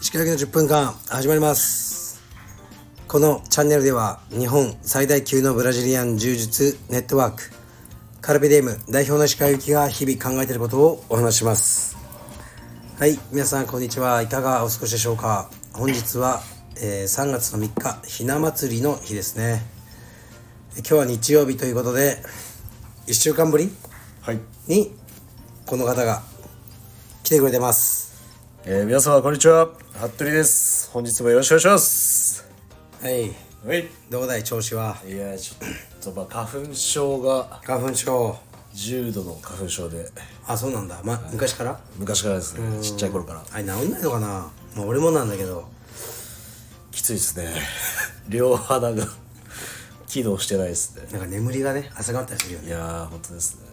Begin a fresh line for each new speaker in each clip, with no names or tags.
石川の10分間始まりますこのチャンネルでは日本最大級のブラジリアン柔術ネットワークカルペディウム代表の石川由紀が日々考えていることをお話ししますはい皆さんこんにちはいかがお過ごしでしょうか本日は、えー3月の3日ひな祭りの日ですね今日は日曜日ということで1週間ぶり
はい、
にこの方が来てくれてます
えー、皆様こんにちは服部です本日もよろしくお願いします
はい
はい
どうだい調子はい
やーちょっとまあ花粉症が
花粉症
重度の花粉症で
あそうなんだ、ま、昔から
昔からですねちっちゃい頃から
あれ治んないのかな、まあ、俺もなんだけど
きついですね 両鼻が機能してないですね
なんか眠りがね浅かったりするよ
い
ね
やー本当ですね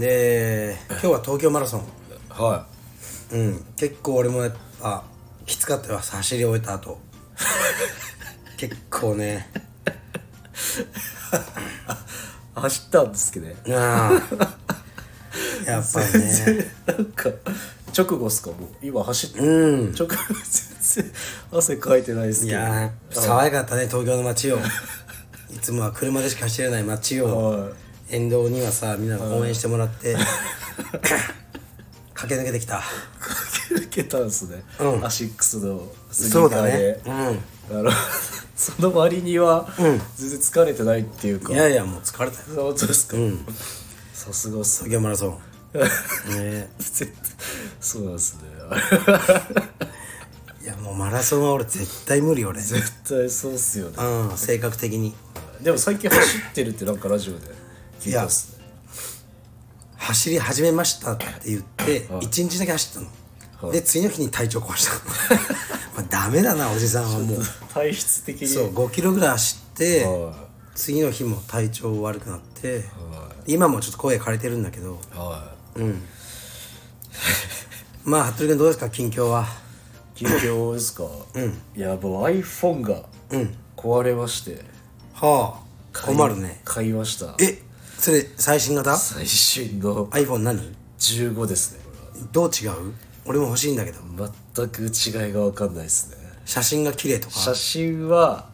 で今日は東京マラソン
は
うん結構俺もやっぱきつかったよ走り終えた後結構ね
い走ったんですけどね
ああやっぱりね
なんか直後っすかもう今走ってうん直後全然汗かいてないです
い
けど
やー爽やかだったね東京の街をいつもは車でしか走れない街
は
を沿道にはさみんなが応援してもらって駆け抜けてきた
抜けたんですね、アシックスのスニ
そう
ー
だ
カー
ね
で、あの その割には全然疲れてないっていうか、
いやいやもう疲れたよ
そうですか、さすがっ
東
すね
京マ ラソンねえ
絶対そうなんですね
いやもうマラソンは俺絶対無理俺う
絶対そうっすよね
ん性格的に
でも最近走ってるってなんかラジオで聞いたっすね
走り始めましたって言って一日だけ走ったので次の日に体調壊した まあダメだなおじさんは もう
体質的に
そう5キロぐらい走って
は
次の日も体調悪くなって今もちょっと声枯れてるんだけど
いは
まあ服部君どうですか近況はい
近況ですか、いやもう iPhone が壊れまして、
はあ困るね
買いました
えそれ最新型
最新の
iPhone 何
iPhone15 ですねこれは
どう違う俺も欲しいんだけど
全く違いが分かんないですね
写真が綺麗とか
写真は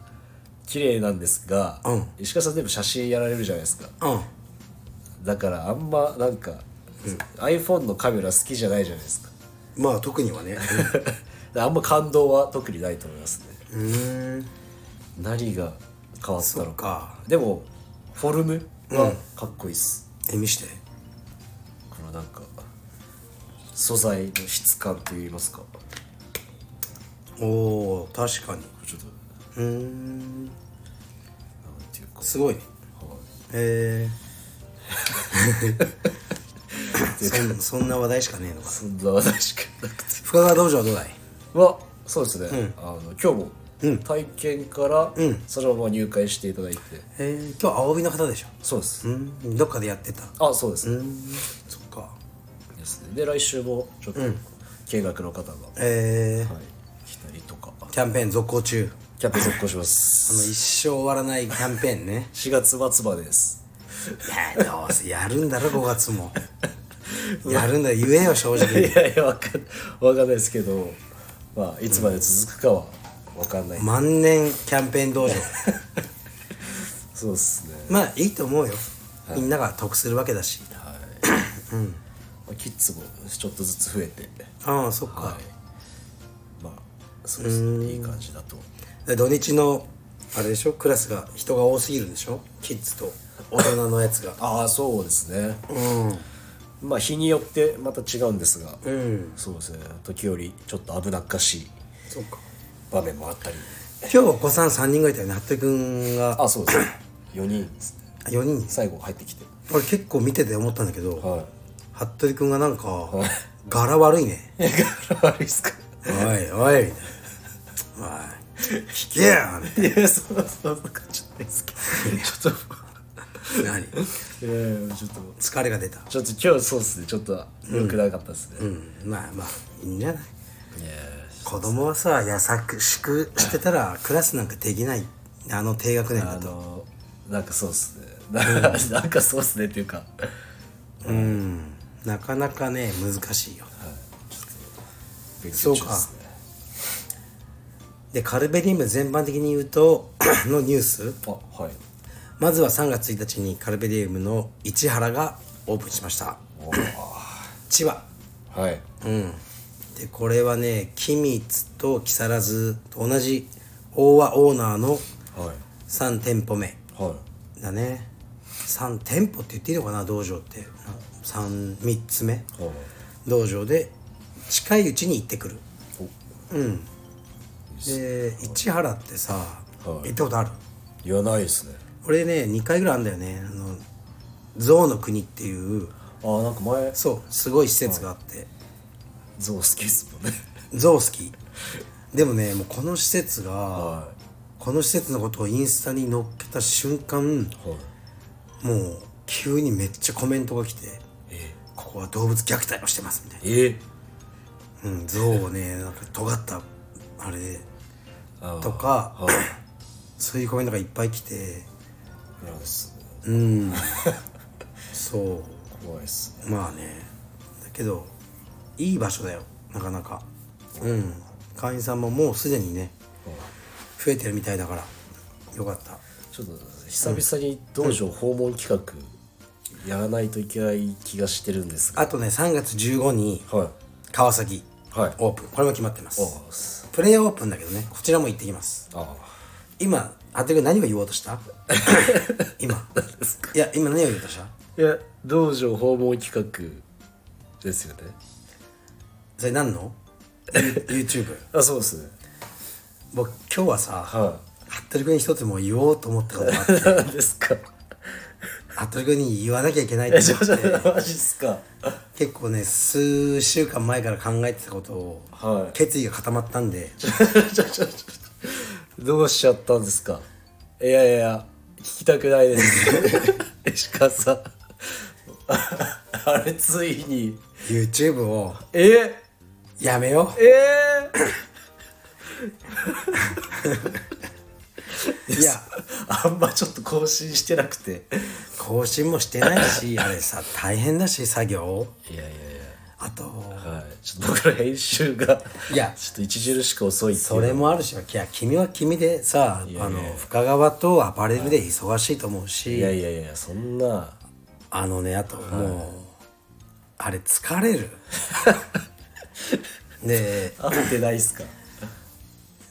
綺麗なんですが、
うん
石川さんでも写真やられるじゃないですか
うん
だからあんまなんか、iPhone のカメラ好きじゃないじゃない ですか
まあ特にはね
だからあんま感動は特にないと思いますね
うーん
何が変わったの
そっ
か
か
でもフォルムはかっこいいっす、
え見して
このなんか素材の質感といいますか
おー確かに
ちょっと
うーん
なんていうか
すごいねえーそんそんな話題しかねえのか
そんな話しかなくて
深川道場はどうだい
はそうですね、あの今日も体験から、そのまま入会していただいて
えー、今日青帯の方でしょ
そうです、
うんどっかでやってた
あそうですね,、
そっか
ですねで来週もちょっと見学の方が、はい、
えー
来たりとか
キャンペーン続行中
キャンペーン続行しま
あ
す
の一生終わらないキャンペーンね
4月末までです
いやどうせやるんだろ5月もやるんだよ言えよ正
い
直
やいやわかんわかんないですけどまあいつまで続くかはわかんない、
万年キャンペーン道場
そうですね
まあいいと思うよみんなが得するわけだし
まあキッズもちょっとずつ増えて
ああそっか、
まあそうですねいい感じだと
で土日のあれでしょクラスが人が多すぎるんでしょキッズと大人のやつが
ああそうですね
うん
まあ日によってまた違うんですが、
うん
そうですね時折ちょっと危なっかしい
そっか
場面もあったり
今日お子さん3人ぐらいいたよね服部君が
あそう ですね4人ですね
4人
最後入ってきて
俺結構見てて思ったんだけど、
は
服部君がなんか、柄悪いね
い悪いですか
おい おいみたいなおい聞けやみ
いやそうそうそうかちょっとですけどち ょった
い な何
といやいやちょっと
疲れが出た
ちょっと今日そうですねちょっと良くなかったですね、
うんまあまあいいんじゃない子供はさ優しくしてたらクラスなんかできないあの低学年だ
あ
と
のなんかそうですね ななんかそうですねっていうか
うんなかなかね難しいよ
勉強
そう
中
か
ですね
でカルベディウム全般的に言うと のニュース
あはい
まずは3月1日にカルベディウムの市原がオープンしました
おー
千葉
はい
うんでこれはね君津と木更津と同じ大和オーナーの
はい
3店舗目
はい
だね3店舗って言っていいのかな道場って3三つ目
はい
道場で近いうちに行ってくる
お
で市原ってさ、
はい
行ったことある
言わないですね
俺ね2回ぐらいあんだよねあの象の国っていう
あーなんか前
そうすごい施設があって、
ゾウ好きですもんね
象好きでもねもうこの施設が、
は
この施設のことをインスタに載っけた瞬間
いはい
もう急にめっちゃコメントが来て
え
「ここは動物虐待をしてます」みたい
え
な、うん、象を ねなんか尖ったあれで
あー
とか
はい
そういうコメントがいっぱい来て
嫌ですね
うんそ
怖いですね
うまあねだけどいい場所だよなかなかうん会員さんももうすでにね
はい
増えてるみたいだからよかった
ちょっと久々に道場訪問企画やらないといけない気がしてるんですが
あとね3月15に
はい
川崎
はい
オープンこれも決まってま
あ
すプレイオープンだけどねこちらも行ってきます
あ
今あてが何を言おうとした 今いや今何を言おうとした
いや道場訪問企画ですよね
それ何の YouTube
あそうですね
僕今日はさ、
は
服部君に一つもう言おうと思ったことがあって
い何ですか
服部君に言わなきゃいけないと
えちょち
思
ょ
って
マジっすか
結構ね数週間前から考えてたことを、
はい
決意が固まったんで
ちょちょちょどうしちゃったんですかいやいやいや聞きたくないです 石川さんああれついに
YouTube を
え
やめよ
ええ
ういや
あんまちょっと更新してなくて
更新もしてないしあれさ大変だし作業
いやいやい
あと
やはいちょっと僕ら編集が
いや
ちょっと著しく遅いっていう
それもあるしいや君は君でさあの深川とアパレルで忙しいと思うし、
いやいやいやそんな
あのねあともう、あれ疲れる で
合ってないっすか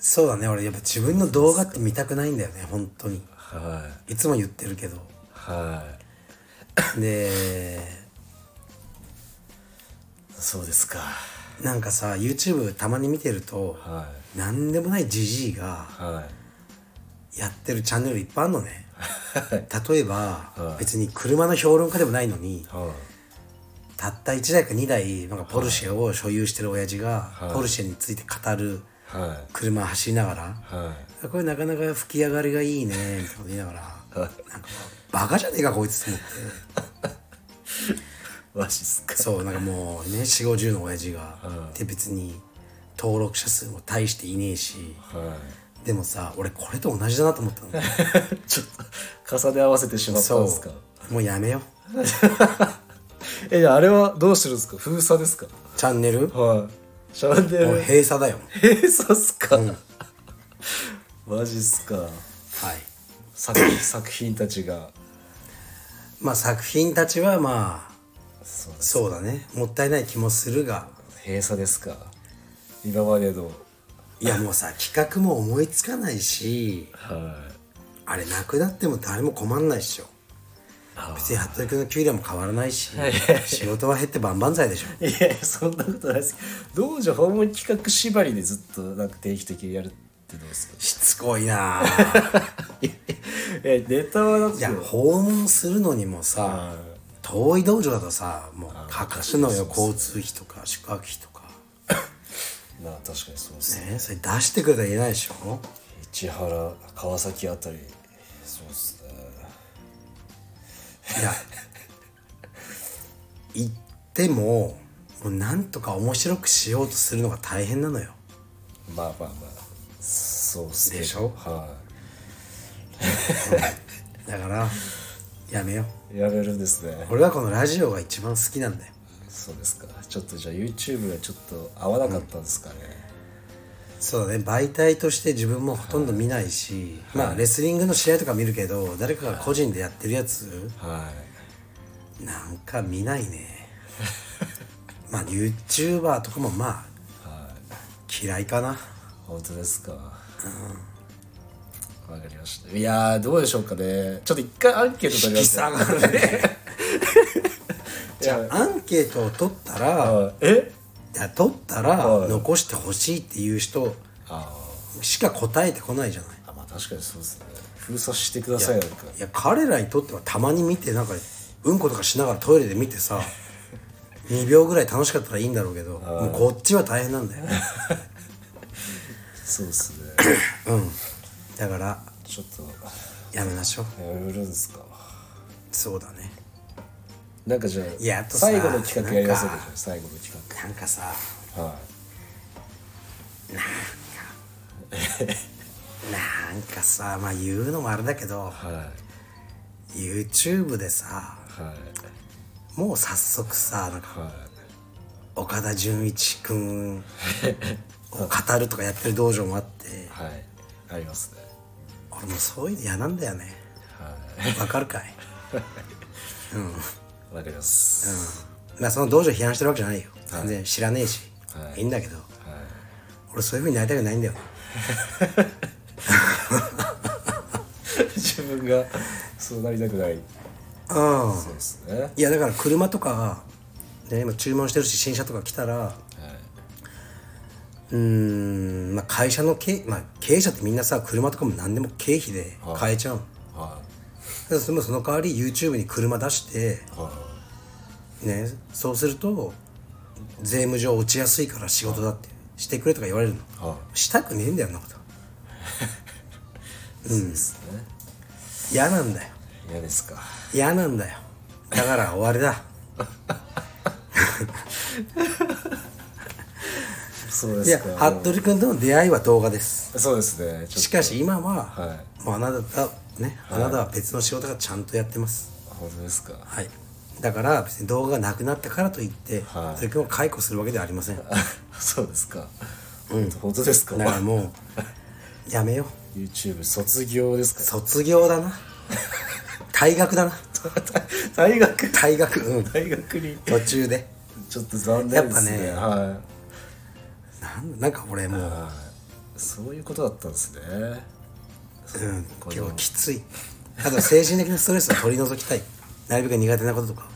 そうだね俺やっぱ自分の動画って見たくないんだよね本当に
はい
いつも言ってるけど
は
で
いそうですか
なんかさ YouTube たまに見てると
は
何でもないじじいが
いはい
やってるチャンネルいっぱいあるのね
はい
例えば、別に車の評論家でもないのに
はい
たった1台か2台なんかポルシェを所有してる親父が、ポルシェについて語る
は
車走りながら、
いは
これなかなか吹き上がりがいいねみたいなこと言いながらなんかバカじゃねえかこいつと思って
いマジっすか
そうなんかもうね4 5 0の親父が、で別に登録者数も大していねえし
は
でもさ俺これと同じだなと思ったの
いちょっと重ね合わせてしまったんですか
そうもうやめよう
えあれはどうするんですか封鎖ですか
チャンネルも
はいシャンネ
う
ル
閉鎖だよ
閉鎖っすか、 マジっすか
はい
作品作品たちが
まあ作品たちはまあ
そうです
そうだねもったいない気もするが
閉鎖ですか今までの
いやもうさ企画も思いつかないし
はい
あれなくなっても誰も困んないっしょ
あ
別に服部君の給料も変わらないし
い
仕事は減って万々歳でしょ
いやいやそんなことないです道場訪問企画縛りでずっとなんか定期的にやるってどうですか
しつこいな あ
えネタはだっ
い
て
や訪問するのにもさ遠い道場だとさもうかかるのよ交通費とか宿泊費とか
まあ確かにそうですね
ねそれ出してくれたら言えないでしょ
市原川崎あたりそうですね
いや行ってももうなんとか面白くしようとするのが大変なのよ
まあまあまあそうっすね
でしょ
は
だからやめよう
いやれるんですね
俺はこのラジオが一番好きなんだよ
そうですかちょっとじゃあ YouTube がちょっと合わなかったんですかね、
そうだね媒体として自分もほとんど見ないし、まあレスリングの試合とか見るけど誰かが個人でやってるやつ
はい
なんか見ない ねまあ YouTuber とかもまあ嫌いかな
本当ですかわ、かりましたいやーどうでしょうかねちょっと一回アンケート取ります
がるねじゃあアンケートを取ったら、
はいえ
いや取ったら
はい
残してほしいっていう人
あ
しか答えてこないじゃない
ーあまあ確かにそうですね封鎖してくださいなんか
いや彼らにとってはたまに見てなんかうんことかしながらトイレで見て さ2秒ぐらい楽しかったらいいんだろうけどもうこっちは大変なんだよ
そうです ね
うんだから
ちょっと
やめましょう
やめるんですか
そうだね
なんかじゃあ
いやあとさ
最後の企画やりますよ
なん
じゃあ最後の企
なんかさ
画はい
なんかさまあ言うのもあれだけど
はい
YouTube でさ
はい
もう早速さなんか
はい
岡田准一君を語るとかやってる道場もあって
はいありますね
俺もうそういうの嫌なんだよね
は
わかるかい
いわかります、
まあその道場批判してるわけじゃないよ全然知らねえし、
はい
い、いんだけど
はい
俺そういうふうになりたくないんだよ
自分がそうなりたくない
うん
そうですねはい
いやだから車とか、ね、今注文してるし新車とか来たらうーん、まあ、会社の経,、まあ、経営者ってみんなさ車とかも何でも経費で買えちゃうの、
は
ただそのその代わり YouTube に車出して
いは
ねそうすると税務上落ちやすいから仕事だってしてくれとか言われるの
いは
したくねえんだよあんなこと
い そうですね
嫌なんだよ
嫌ですか
嫌なんだよだから終わり だ
そうで
い
す
や
か
服部君との出会いは動画です
そうですねちょっと
しかし今は、
は
もうあなたはねあなたは別の仕事がちゃんとやってます
本当ですか
はいだから別に動画がなくなったからといって、
はい
服部君を解雇するわけではありませんだか
そうですか本当ですから
もう やめよう
YouTube 卒業ですか
卒業だな退学だな
大学
退学うん
大学に
途中で
ちょっと残念ですね
やっ
は
なんなんか俺も
い、
う、
はい、そういうことだったんですね
うん、
これ
今日きついあと精神的なストレスを取り除きた いなるべく苦手なこととか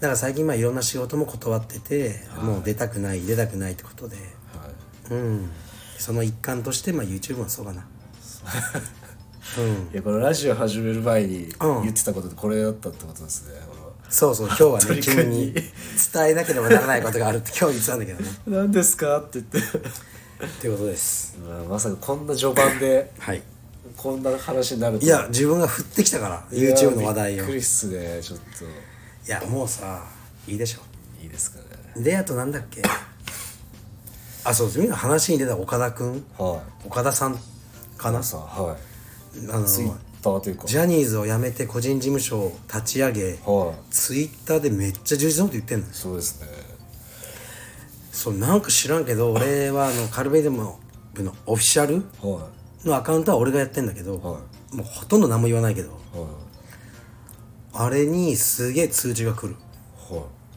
だから最近まあいろんな仕事も断っててもう出たくない出たくないってことで
は
う
い
んその一環としてまあ YouTube もそうかな
いやこのラジオ始める前に
うん
言ってたことでこれだったってことですね、
そうそう今日はね
鳥くん
君
に
に伝えなければならないことがあるって今日言ってたんだけどね
ん、何ですかって言って
っていうことです
まあまさかこんな序盤で
はい
こんな話になると
いや自分が振ってきたから
いや
YouTube の話題を
びっくり
い
っすねちょっ
やもうさいいでしょ
といいですかね
であとなんだっけあそうですみんな話に出た岡田君
はい
岡田さんかな
さあはい
あの
ツイッターというか
ジャニーズを辞めて個人事務所を立ち上げ
はい
ツイッターでめっちゃ充実のこと言ってんの
そうですね
そうなんか知らんけど俺はあのカルベデムのオフィシャル
は
のアカウントは俺がやってんだけど、
は
もうほとんど何も言わないけど
いは
あれにすげえ通知が来る
い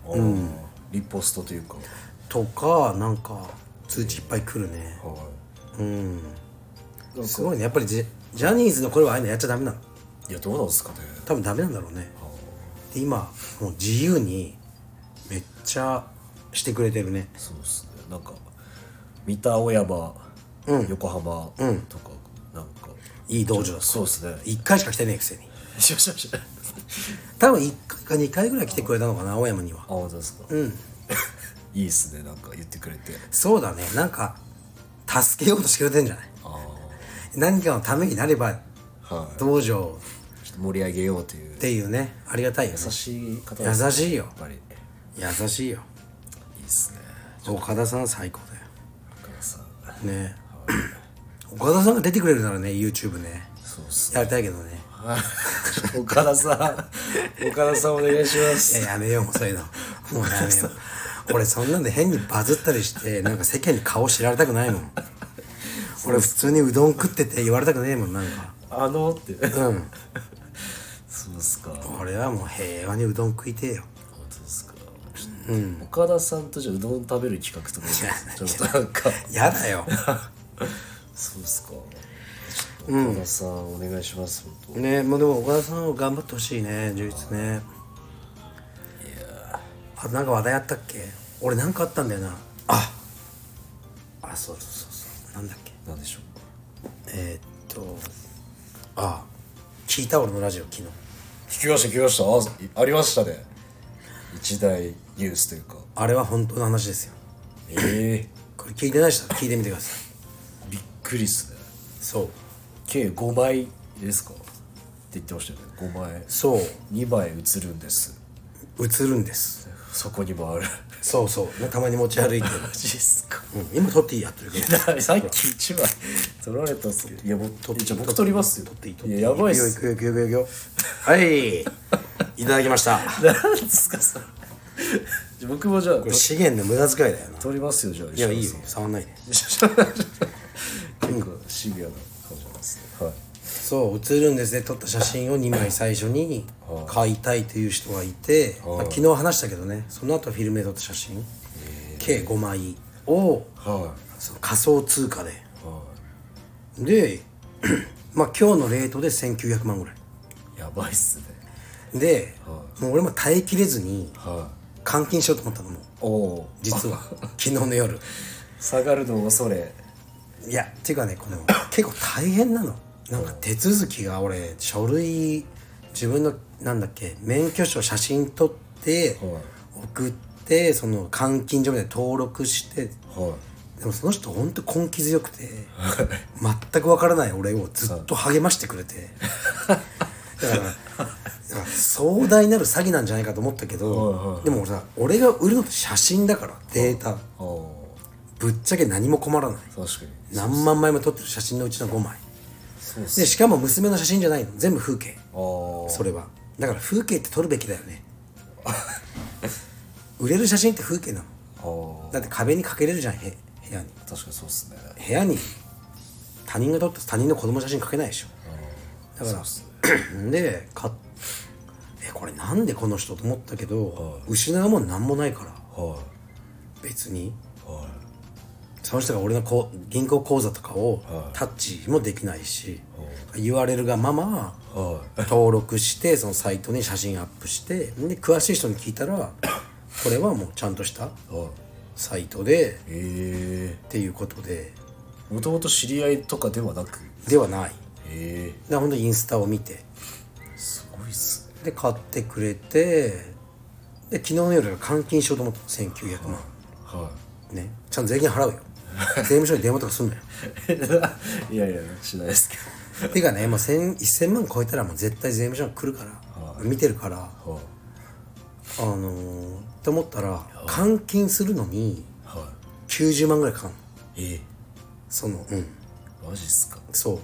はいうんリポストというか
とかなんか通知いっぱい来るね
は
うん
いなん
す
か
ごいねやっぱりジャジャニーズの頃はああいうのやっちゃダメなの
いやどうなんですかね
多分ダメなんだろうね
は
で今もう自由にめっちゃしてくれてるね
いそうですねなんか三田青山、横浜とか、なんか
いい道場だ
そうですね
1回しか来てねえくせに
しよしよし
多分1回か2回ぐらい来てくれたのかな青山には
あ本当ですかうん いいっすねなんか言ってくれて
そうだねなんか助けようとしてくれてんじゃない
あ
何かのためになれば
あはい
道場
ちょっと盛り上げようという
っていうねありがたいよね
優しい方ですね
優しいよ
やっぱりい
優しいよ
いっすね
岡田さん最高
岡田さ ん
だよね岡田さんが出てくれるならね YouTube ね
そうっすね
やりたいけどね
岡田さん岡田さんお願いしま
い
す
ややめようもうそういうの もうやめよう俺そんなんで変にバズったり してなんか世間に顔知られたくないもん俺普通にうどん食ってて言われたくねえもんなんか
あのって
うん
そうっすか本
俺はもう平和にうどん食いてえよ
当ですか岡田さんとじゃあうどん食べる企画とかちょっとなんか
やだよ
そうっすかちょっと岡田さんお願いします本当
ねもうでも岡田さんを頑張ってほしいね充実ねいやあとなんか話題あったっけ俺なんかあったんだよなああそうそうそうそうなんだっけ
なんでしょう
えー、っとあ聞いた俺のラジオ昨日
聞きました聞きましたあありましたね一大ニュースというか
あれは本当の話ですよ
ええ
これ聞いてない人は聞いてみてください
びっくりっすね
そう
計5枚ですかって言ってましたよね5枚
そう
2枚映るんです
映るんです
そこにもある
そうそうねたまに持ち歩いてる、
マジっすか
うん、今撮っていいやってるけど
さっき1枚 取られたっすけどいやもう
っていい
じゃあ僕取りますよ
撮っていい撮って
い
いい
ややばいっす
くよいくよいくよいくよいくよはいいただきました
なんですかそれじゃあ僕もじゃあ
これ資源の無駄遣いだよな。
取りますよじゃあい
いや、いいよ。触んないで。
結構シビアな感じなんですねはい
そう、写るんですね。撮った写真を2枚最初に買いたいという人がいて、まあ、昨日話したけどね、その後フィルムで撮った写真、計5枚を
は
その仮想通貨で。
いは
で、 まあ今日のレートで1900万ぐらい。
いやばいっすね
で、もう俺も耐えきれずに
は
換金しようと思ったのもう、
いおお
実は。昨日の夜。
下がるのを恐れ
いやっていうかねこの結構大変なのなんか手続きが俺書類自分のなんだっけ免許証写真撮って
は
送ってその監禁所まで登録して
は
でもその人ほんと根気強くて全くわからない俺をずっと励ましてくれてだからだから壮大なる詐欺なんじゃないかと思ったけ
はい
ど
はい
でも俺さ俺が売るのって写真だからデータ
いおお
ぶっちゃけ何も困らない
確かに
何万枚も撮ってる写真のうちの5枚
そうっす
でしかも娘の写真じゃないの全部風景
ああ
それはだから風景って撮るべきだよね売れる写真って風景なの
あ
だって壁にかけれるじゃんへ部屋に
あ確かにそうっすね
部屋に他人が撮った他人の子供写真かけないでしょだから で買っえこれなんでこの人と思ったけど失うもん何もないから
は
別に
いは
その人が俺のこう銀行口座とかをタッチもできないし、URL がまま
は
登録してそのサイトに写真アップしてで詳しい人に聞いた らこれはもうちゃんとした
いはい
サイトで
え
っていうことで
えもともと知り合いとかではなく
ではない
え
で本当にインスタを見て
えすごいっす
で
ね
買ってくれてで昨日の夜から換金しようと思ったの1900万
は
ねちゃんと税金 払うよ税務署に電話とかすんのよ
い いやいやしないですけ
ていうかね、まあ、1000 1000万超えたらもう絶対税務署が来るから、見てるから
どはい
あのー、って思ったら換金するのに
は
90万ぐらいかかるの
いええ
そのうん
マジっすか
そう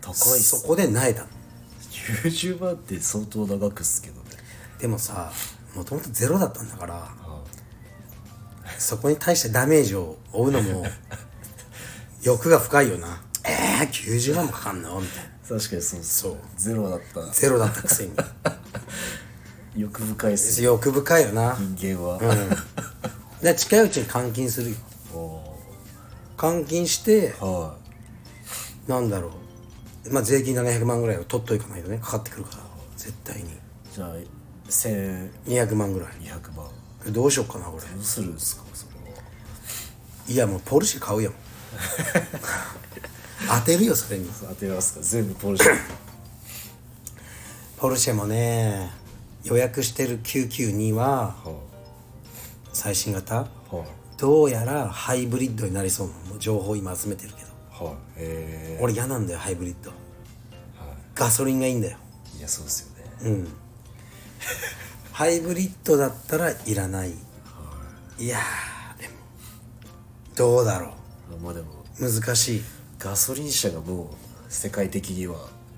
高いっす
そこで萎えたの
90万って相当長くっすけどね
でもさもともとゼロだったんだからそこに対してダメージを負うの も欲が深いよなえー、90万もかかんのみたいな
確かにそうそうゼロだったら
ゼロだったく せに
欲深いっすよ
欲深いよな
人間は、
で近いうちに監禁するよ
お
監禁して
ーは
なんだろうまあ税金700万ぐらいを取っといかないとねかかってくるから絶対に
いじゃあ1200
200万ぐらい
万
どうしよっかなこれ
どうするんですかそれはい
やもうポルシェ買う よ当てるよそれに
当てますか全部ポルシェ
ポルシェもね予約してる992は
は
最新型
いはい
どうやらハイブリッドになりそうなのもう情報今集めてるけど
はいえ
俺嫌なんだよハイブリッドガソリンがいいんだよ
ー、いやそうですよね
うんハイブリッドだったらいらないいやーでもどうだろ
まあでも
う難しい
ガソリン車がもう世界的には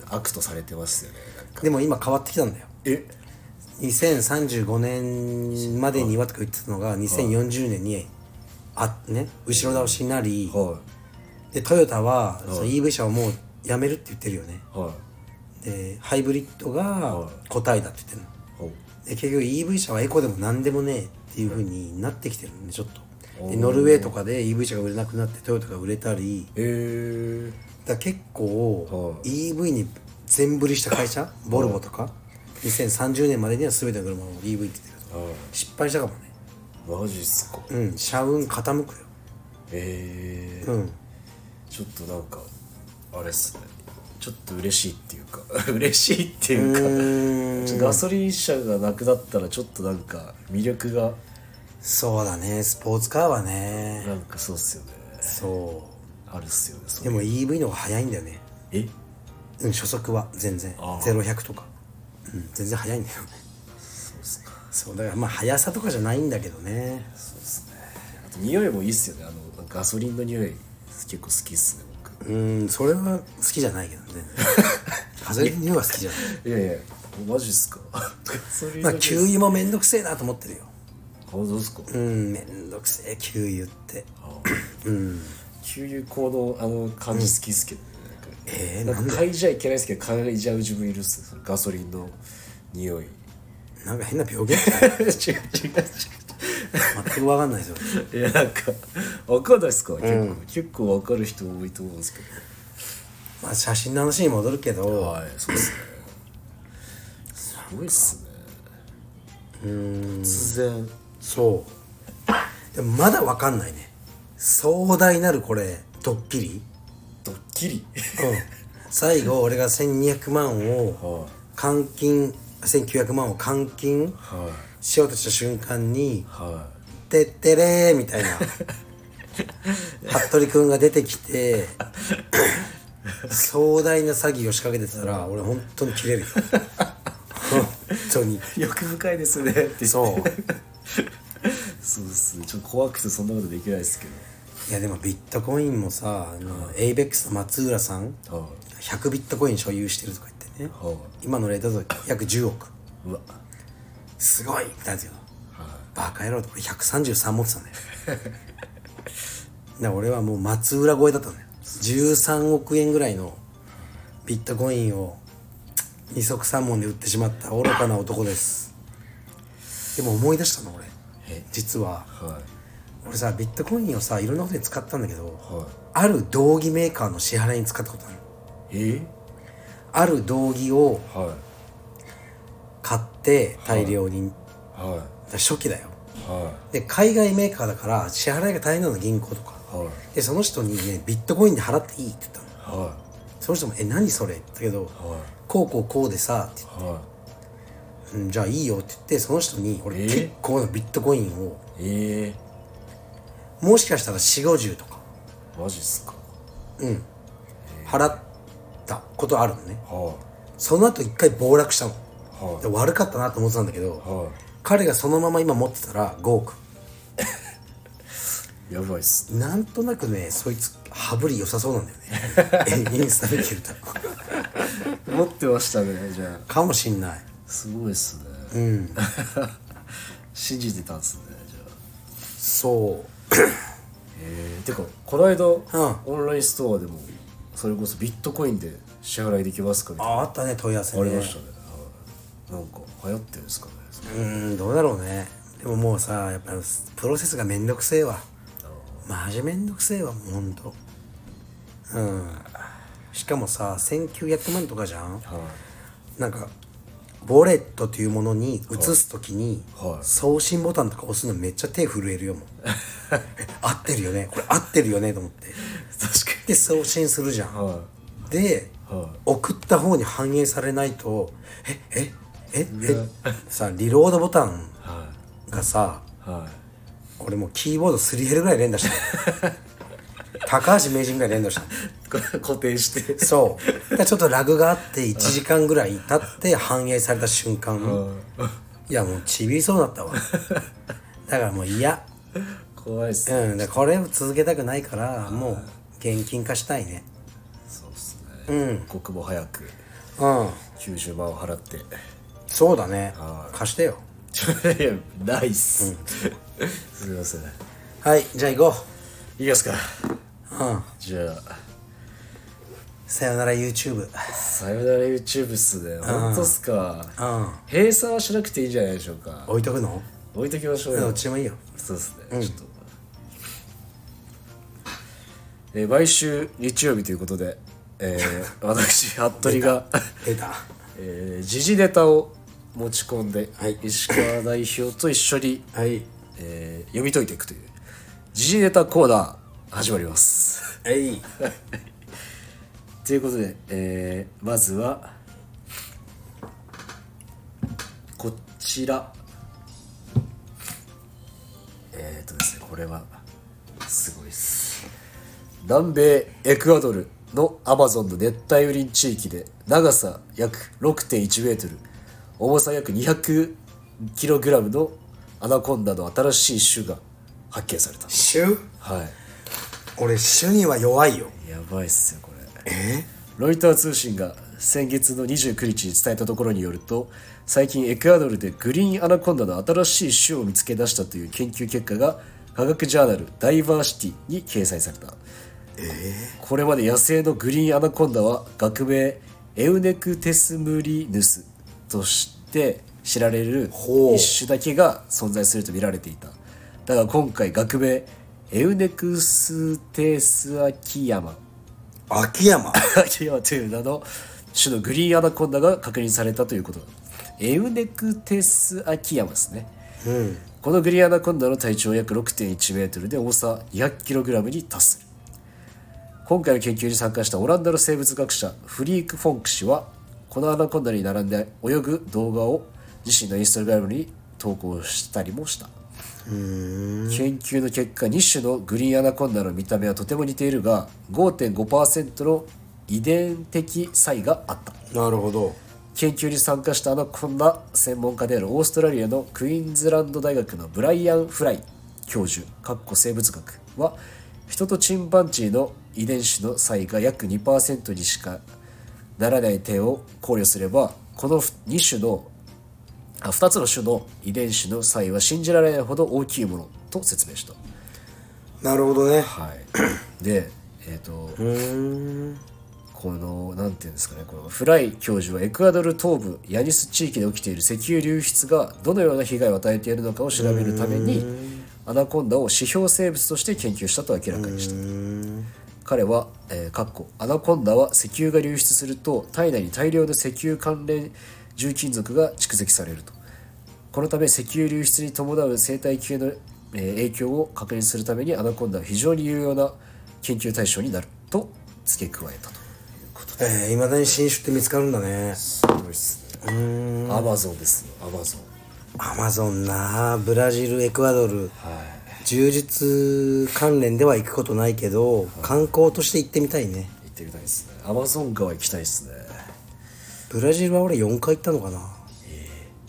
悪とされてますよねなんか
でも今変わってきたんだよ
え
2035年までにはとか言ってたのが2040年にあ、ね、後ろ倒しになり
は
でトヨタはその EV 車をもうやめるって言ってるよね
いは
でハイブリッドが答えだって言ってるの
いはい
で結局 EV 車はエコでも何でもねえっていう風になってきてるのねちょっとでノルウェーとかで EV 車が売れなくなってトヨタが売れたり
えー、
だから結構
は
EV に全振りした会社ボルボとか2030年までには全ての車を EV って言ってると
は
失敗したかもね
いマジっすか
うん社運傾くよ
えー、
うん
ちょっとなんかあれっすねちょっと嬉しいっていうか 嬉しいっていうかちょっとガソリン車がなくなったらちょっとなんか魅力が
そうだねスポーツカーはね
なんかそうっすよね
そ
あるっすよね
う
そ
で
れ
も EV の方が早いんだよね
え
うん初速は全然
ああ
0100とか、うん、全然早いんだよね
そうっすか
そうだからまあ速さとかじゃないんだけどね
そうっすねあと匂いもいいっすよねあのガソリンの匂い結構好きっすね僕
うんそれは好きじゃないけどね風の匂いは好きじゃない
いやいやマジっすか ガソリン
まあ
の匂い
給油もめんどくせえなと思ってるよ
本当ですか
うんめんどくせえ給油って
給油口のあの感じ好きっすけどね、なんか
えー
なんか嗅いじゃいけないですけど嗅いじゃう自分いるっすよガソリンの匂い 違う
なんか変な病気 全
違う
く分かんないですよ
違ういやなんか分かんないっすか、結構結構分かる人多いと思うんですけ
まあ写真の話に戻るけ
ど
ど
はいそうっすねすごいっすねうん突然
そうでもまだ分かんないね壮大なるこれドッキリ
ドッキリ
うん最後俺が1200万
は
を換金1900万を換金
はい
しようとした瞬間に
は
「てってれー」み たいな服部君が出てきて壮大な詐欺を仕掛けてたら俺本当に切れるよ本当に
い欲深いですねって
そう
そうっすねちょっと怖くてそんなことできないですけ
いやでもビットコインもさあの ABEX の松浦さん
どは
100ビットコイン所有してるとか言ってね
いは
今のレートだと約10億
いうわ
すごいってなるけど
は
バカ野郎って俺133持ってたんだよ だから俺はもう松浦超えだったんだよ13億円ぐらいのビットコインを二足三門で売ってしまった愚かな男ですでも思い出したの俺
え
実はい
はい
俺さビットコインをさいろんなことに使ったんだけど、
は
ある道着メーカーの支払いに使ったことある
え
ある道着を
はい
買って大量に、
は
初期だよ
いは
で海外メーカーだから支払いが大変なの銀行とか
いはい
でその人にねビットコインで払っていいって言ったの
は
その人も「え何それ?」って言ったけど
いはい
「こうこうこうでさ」って
は
言ってうんじゃあいいよ」って言ってその人に俺
えー
結構なビットコインを
いえ
もしかしたら4 5 0とか
ー、マジっすか
払ったことあるのね
は
その後一回暴落したの
いは
で悪かったなと思ってたんだけ
い
ど
は
彼がそのまま今持ってたら5億
いやばいっす
なんとなくねそいつ羽振り良さそうなんだ よねインスタ見てると
持ってましたねじゃあ
かもしんない
すごいっすねうん 信じてたんすねじゃあ
そう
えー、てかこの間、オンラインストアでもそれこそビットコインで支払いできますかみたいな
ああったね問い合わせ
あ
ね
りましたね、はい、なんか流行ってるんですかねそれ
うーんどうだろうねでももうさやっぱプロセスがめんどくせえわマジめんどくせえわもうほんとうんしかもさ1900万とかじゃん
は
なんかボレットというものに移すときに
はい
送信ボタンとか押すのめっちゃ手震えるよもう え合ってるよねこれ合ってるよねと思って
確
で送信するじゃん、
かには
で、
は
送った方に反映されないとええええさリロードボタン
いは
がさ
いは
俺もうキーボードすり減るぐらい連打したの高橋名人ぐらい連打したの
いこ れ固定して
そうだからちょっとラグがあって1時間ぐらい経って反映された瞬間いやもうちびりそうになったわだからもう嫌
怖いっすね
うんでこれを続けたくないからもう現金化したいね
そうですね、うん、一刻も早く
うん
90万を払って
そうだね貸してよ
ちょいやないっす、すいません
はいじゃあ行こ
いきますか
ううん
じゃあ
さよなら YouTube
さよなら YouTube っすね本当っすか
うん
閉鎖はしなくていいんじゃないでしょうか
置いとくの
置いときましょう
ど
よ
っちでもいいよ
そうですね、ちょっと、えー毎週日曜日ということで、え ー私服部が、
出た
えー時事ネタを持ち込んで、
はい
石川代表と一緒に、
はい
えー読み解いていくという時事ネタコーナー始まります。
えい
ということで、えーまずはこちらえっ、とですねこれはすごいです南米エクアドルのアマゾンの熱帯雨林地域で長さ約6.1メートル重さ約200キログラムのアナコンダの新しい種が発見された
週
はい
俺主には弱いよ
やばいっすよこれロイター通信が先月の29日に伝えたところによると最近エクアドルでグリーンアナコンダの新しい種を見つけ出したという研究結果が科学ジャーナル「ダイバーシティ」に掲載された、これまで野生のグリーンアナコンダは学名エウネクテスムリヌスとして知られる
ほう
一種だけが存在すると見られていただが今回学名エウネクステスアキヤマ
秋山
秋山という名の種のグリーンアナコンダが確認されたということだエウネクテスアキヤマですね、このグリーンアナコンダの体長は約6.1メートルで重さ200キログラムに達する今回の研究に参加したオランダの生物学者フリーク・フォンク氏はこのアナコンダに並んで泳ぐ動画を自身のインスタグラムに投稿したりもした研究の結果2種のグリーンアナコンダの見た目はとても似ているが5.5%の遺伝的差異があった
なるほど
研究に参加したアナコンダ専門家であるオーストラリアのクイーンズランド大学のブライアン・フライ教授かっこ生物学は人とチンパンジーの遺伝子の差異が約2%にしかならない点を考慮すればこの2種のあ2つの種の遺伝子の差異は信じられないほど大きいものと説明した。
なるほどね
はい、でえっ、とこのなんていうんですかねこのフライ教授はエクアドル東部ヤニス地域で起きている石油流出がどのような被害を与えているのかを調べるためにアナコンダを指標生物として研究したと明らかにした彼は、えーかっこアナコンダは石油が流出すると体内に大量の石油関連重金属が蓄積されるとこのため石油流出に伴う生態系の、えー影響を確認するためにアナコンダは非常に有用な研究対象になると付け加えたと
えー、未だに新種って見つかるんだね
すごいですねアマゾンですアマゾン
アマゾンなあブラジルエクアドル、柔術関連では行くことないけど、観光として行ってみたいね
行ってみたいですねアマゾン川行きたいですね
ブラジルは俺4回行ったのかな、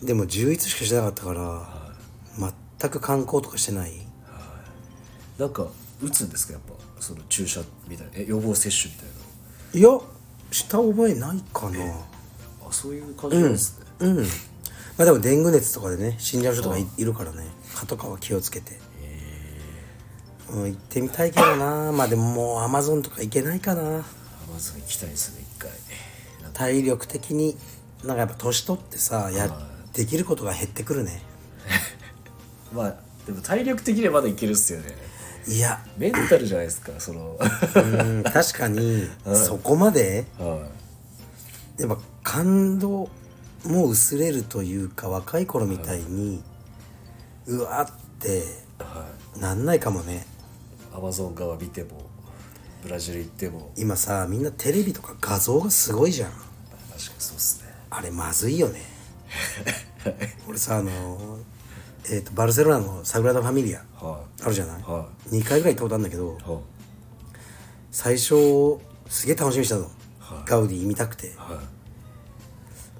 でも充実しかしてなかったから、全く観光とかしてない
なんか打つんですかやっぱその注射みたいなえ予防接種みたい
いやした覚えないかな、
なあそういう感じなんですね、
うんまあでもデング熱とかでね死んじゃう人とかいいるからね蚊とかは気をつけて、うん、行ってみたいけどなまあでももうアマゾンとか行けないかな
アマゾン行きたいですね一回なんか
体力的になんかやっぱ年取ってさやできることが減ってくるね
まあでも体力的にはまだいけるっすよね
いや
メンタルじゃないですかそ
う
の
ん確か にそこまで
はい
やっぱ感動も薄れるというか若い頃みたいにうわってなんないかもね
アマゾン川見てもブラジル行っても
今さみんなテレビとか画像がすごいじゃん
確かにそうっすね
あれまずいよ ね俺さあの、えー、とバルセロナのサグラダ・ファミリア
は
あるじゃない、
は
2回ぐらい行ったことあるんだけど
いは
最初すげえ楽しみにしたの、
はい
ガウディ見たくて
いは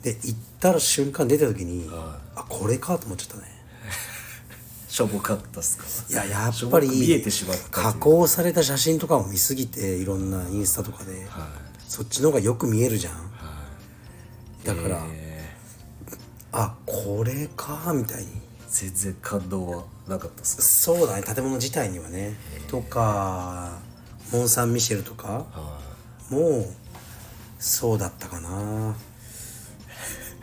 で行ったら瞬間出た時に、
は
あこれかと思っちゃったね
いしょぼかったっすか
いやや
しょ
っ
ぼ
ぱ
く
り
見えてしまった
加工された写真とかを見すぎていろんなインスタとかで、
は
そっちの方がよく見えるじゃん、
いは
だから、あこれかみたいに
全然感動はなかったっすね
そうだね建物自体にはねとかモン・サン・ミシェルとかもうそうだったか な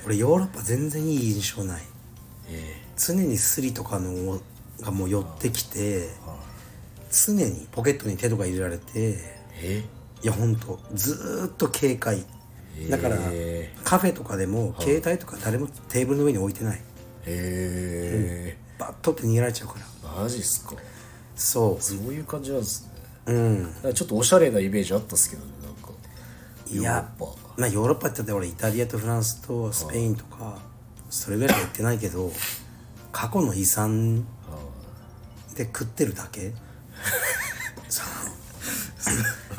俺ヨーロッパ全然いい印象ない
え
常にスリとかのがもう寄ってきて常にポケットに手とか入れられて
え
いやほんとずーっと警戒だから
え
カフェとかでも携帯とか誰もテーブルの上に置いてない
え
バッとって逃げられちゃうから
マジっすか
そ
そういう感じなんですね
ううん
なんかちょっとおしゃれなイメージあったっすけどねなんか
いや
ヨーロッ
まあヨーロッパって言ったら俺イタリアとフランスとスペインとかそれぐらいしか行ってないけど過去の遺産で食ってるだ けそ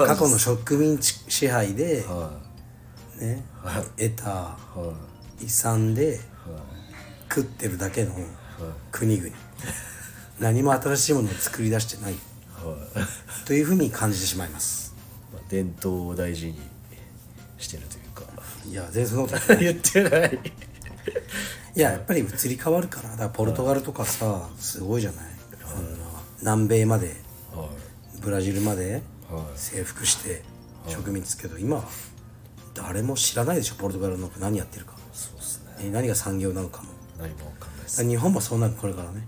の過去の植民地支配で
パは
ね得た
いはい
遺産で
は
食ってるだけの国々何も新しいものを作り出してない
いはい
というふうに感じてしまいます
まあ伝統を大事にしてるというか
いや全然そんなことない
言ってない
いややっぱり移り変わるからだからポルトガルとかさすごいじゃない、あの南米まで
は
ブラジルまで
いは
征服して植民地ですけど、今誰も知らないでしょポルトガルの何やってるか、
そうっすね
ね何が産業なのかも
何もわかんないっ
だ
す
から日本もそうなるこれからね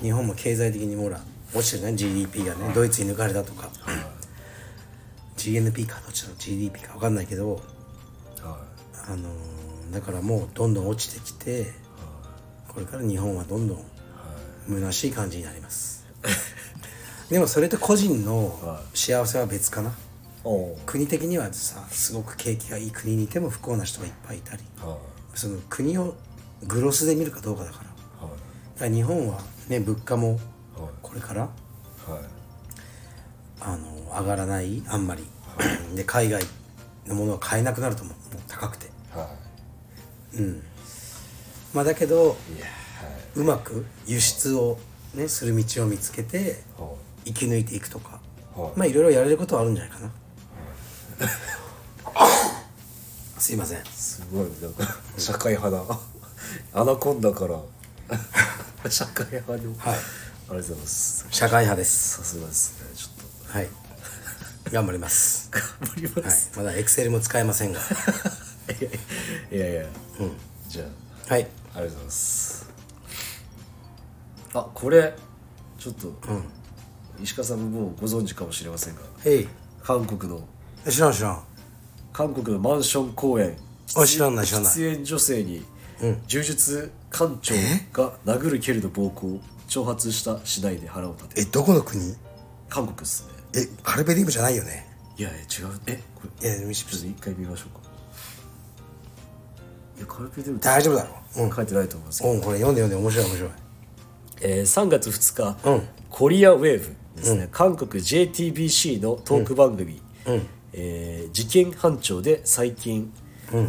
日本も経済的にもほら落ちてるね GDP がねドイツに抜かれたとか GNP かどっちだろう GDP か分かんないけど
は
あのーだからもうどんどん落ちてきてこれから日本はどんどん虚しい感じになりますでもそれと個人の幸せは別かない
おお
国的にはさすごく景気がいい国にいても不幸な人がいっぱいいたり
は
その国をグロスで見るかどうかだからだ
いは
から日本はね物価も
はい
これから
いはい
あの上がらないあんまりで海外のものは買えなくなると思うもう高くて
は
まあだけど
いいや
うまく輸出をねする道を見つけて
はいはい
生き抜いていくとか、
はい
まあいろいろやれることはあるんじゃないかな、 すいません
すごいなんか社会派だアナコンダから社会派の、
はい
ありがとうございます
社会派です
さすがですねちょっ
はい 頑張ります、
と頑張りま
はい
す、、
まだエクセルも使えませんが
い、やいや、じゃ
はい
あありがとうございますあこれちょっと、石川さんももうご存知かもしれませんが
へい
韓国の
知らん知らん
韓国のマンション公演
あ知らない知らない
喫煙女性に柔術館長が殴る蹴るの暴行を挑発した次第で腹を立て
えどこの国
韓国っすね
えカルベディウムじゃないよね
いやいや違うえこ
い
れ
や見せ
ちょっと一回見ましょうかいやカルペディウム
大丈夫だろう
書いてないと思いますけど、
うん、うん、これ読んで読んで面白い面白い
えー3月2日、
うん
コリアウェーブですね、韓国 JTBC のトーク番組、えー事件班長で最近、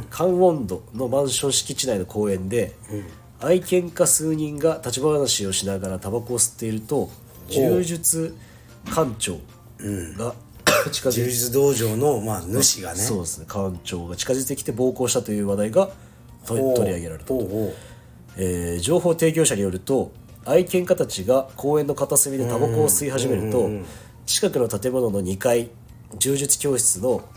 カンウォンドのマンション敷地内の公園で、愛犬家数人が立ち話をしながらタバコを吸っていると柔術館長が 近づいて
柔術道場の、まあ、主がね
そうですね館長が近づいてきて暴行したという話題がと
おう
取り上げられた
おうおう
えー情報提供者によると愛犬家たちが公園の片隅でタバコを吸い始めると近くの建物の2階柔術教室の、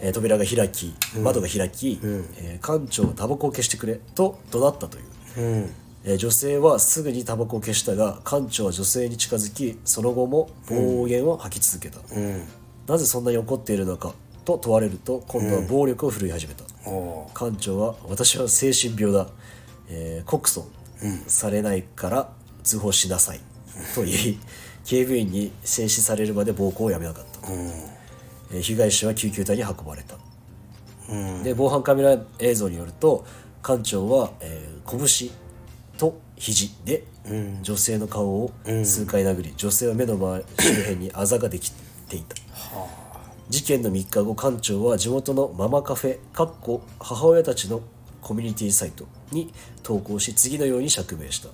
えー扉が開き窓が開き、えー館長はタバコを消してくれと怒鳴ったという、えー女性はすぐにタバコを消したが館長は女性に近づきその後も暴言を吐き続けた、なぜそんなに怒っているのかと問われると今度は暴力を振るい始めた、
おう
館長は私は精神病だ、えー告訴されないから通報しなさい、と言い警備員に制止されるまで暴行をやめなかったと、えー被害者は救急隊に運ばれた、で防犯カメラ映像によると館長は、えー拳と肘で女性の顔を数回殴り、女性は目の周り周辺にあざができていた事件の3日後館長は地元のママカフェかっこ母親たちのコミュニティサイトに投稿し次のように釈明した、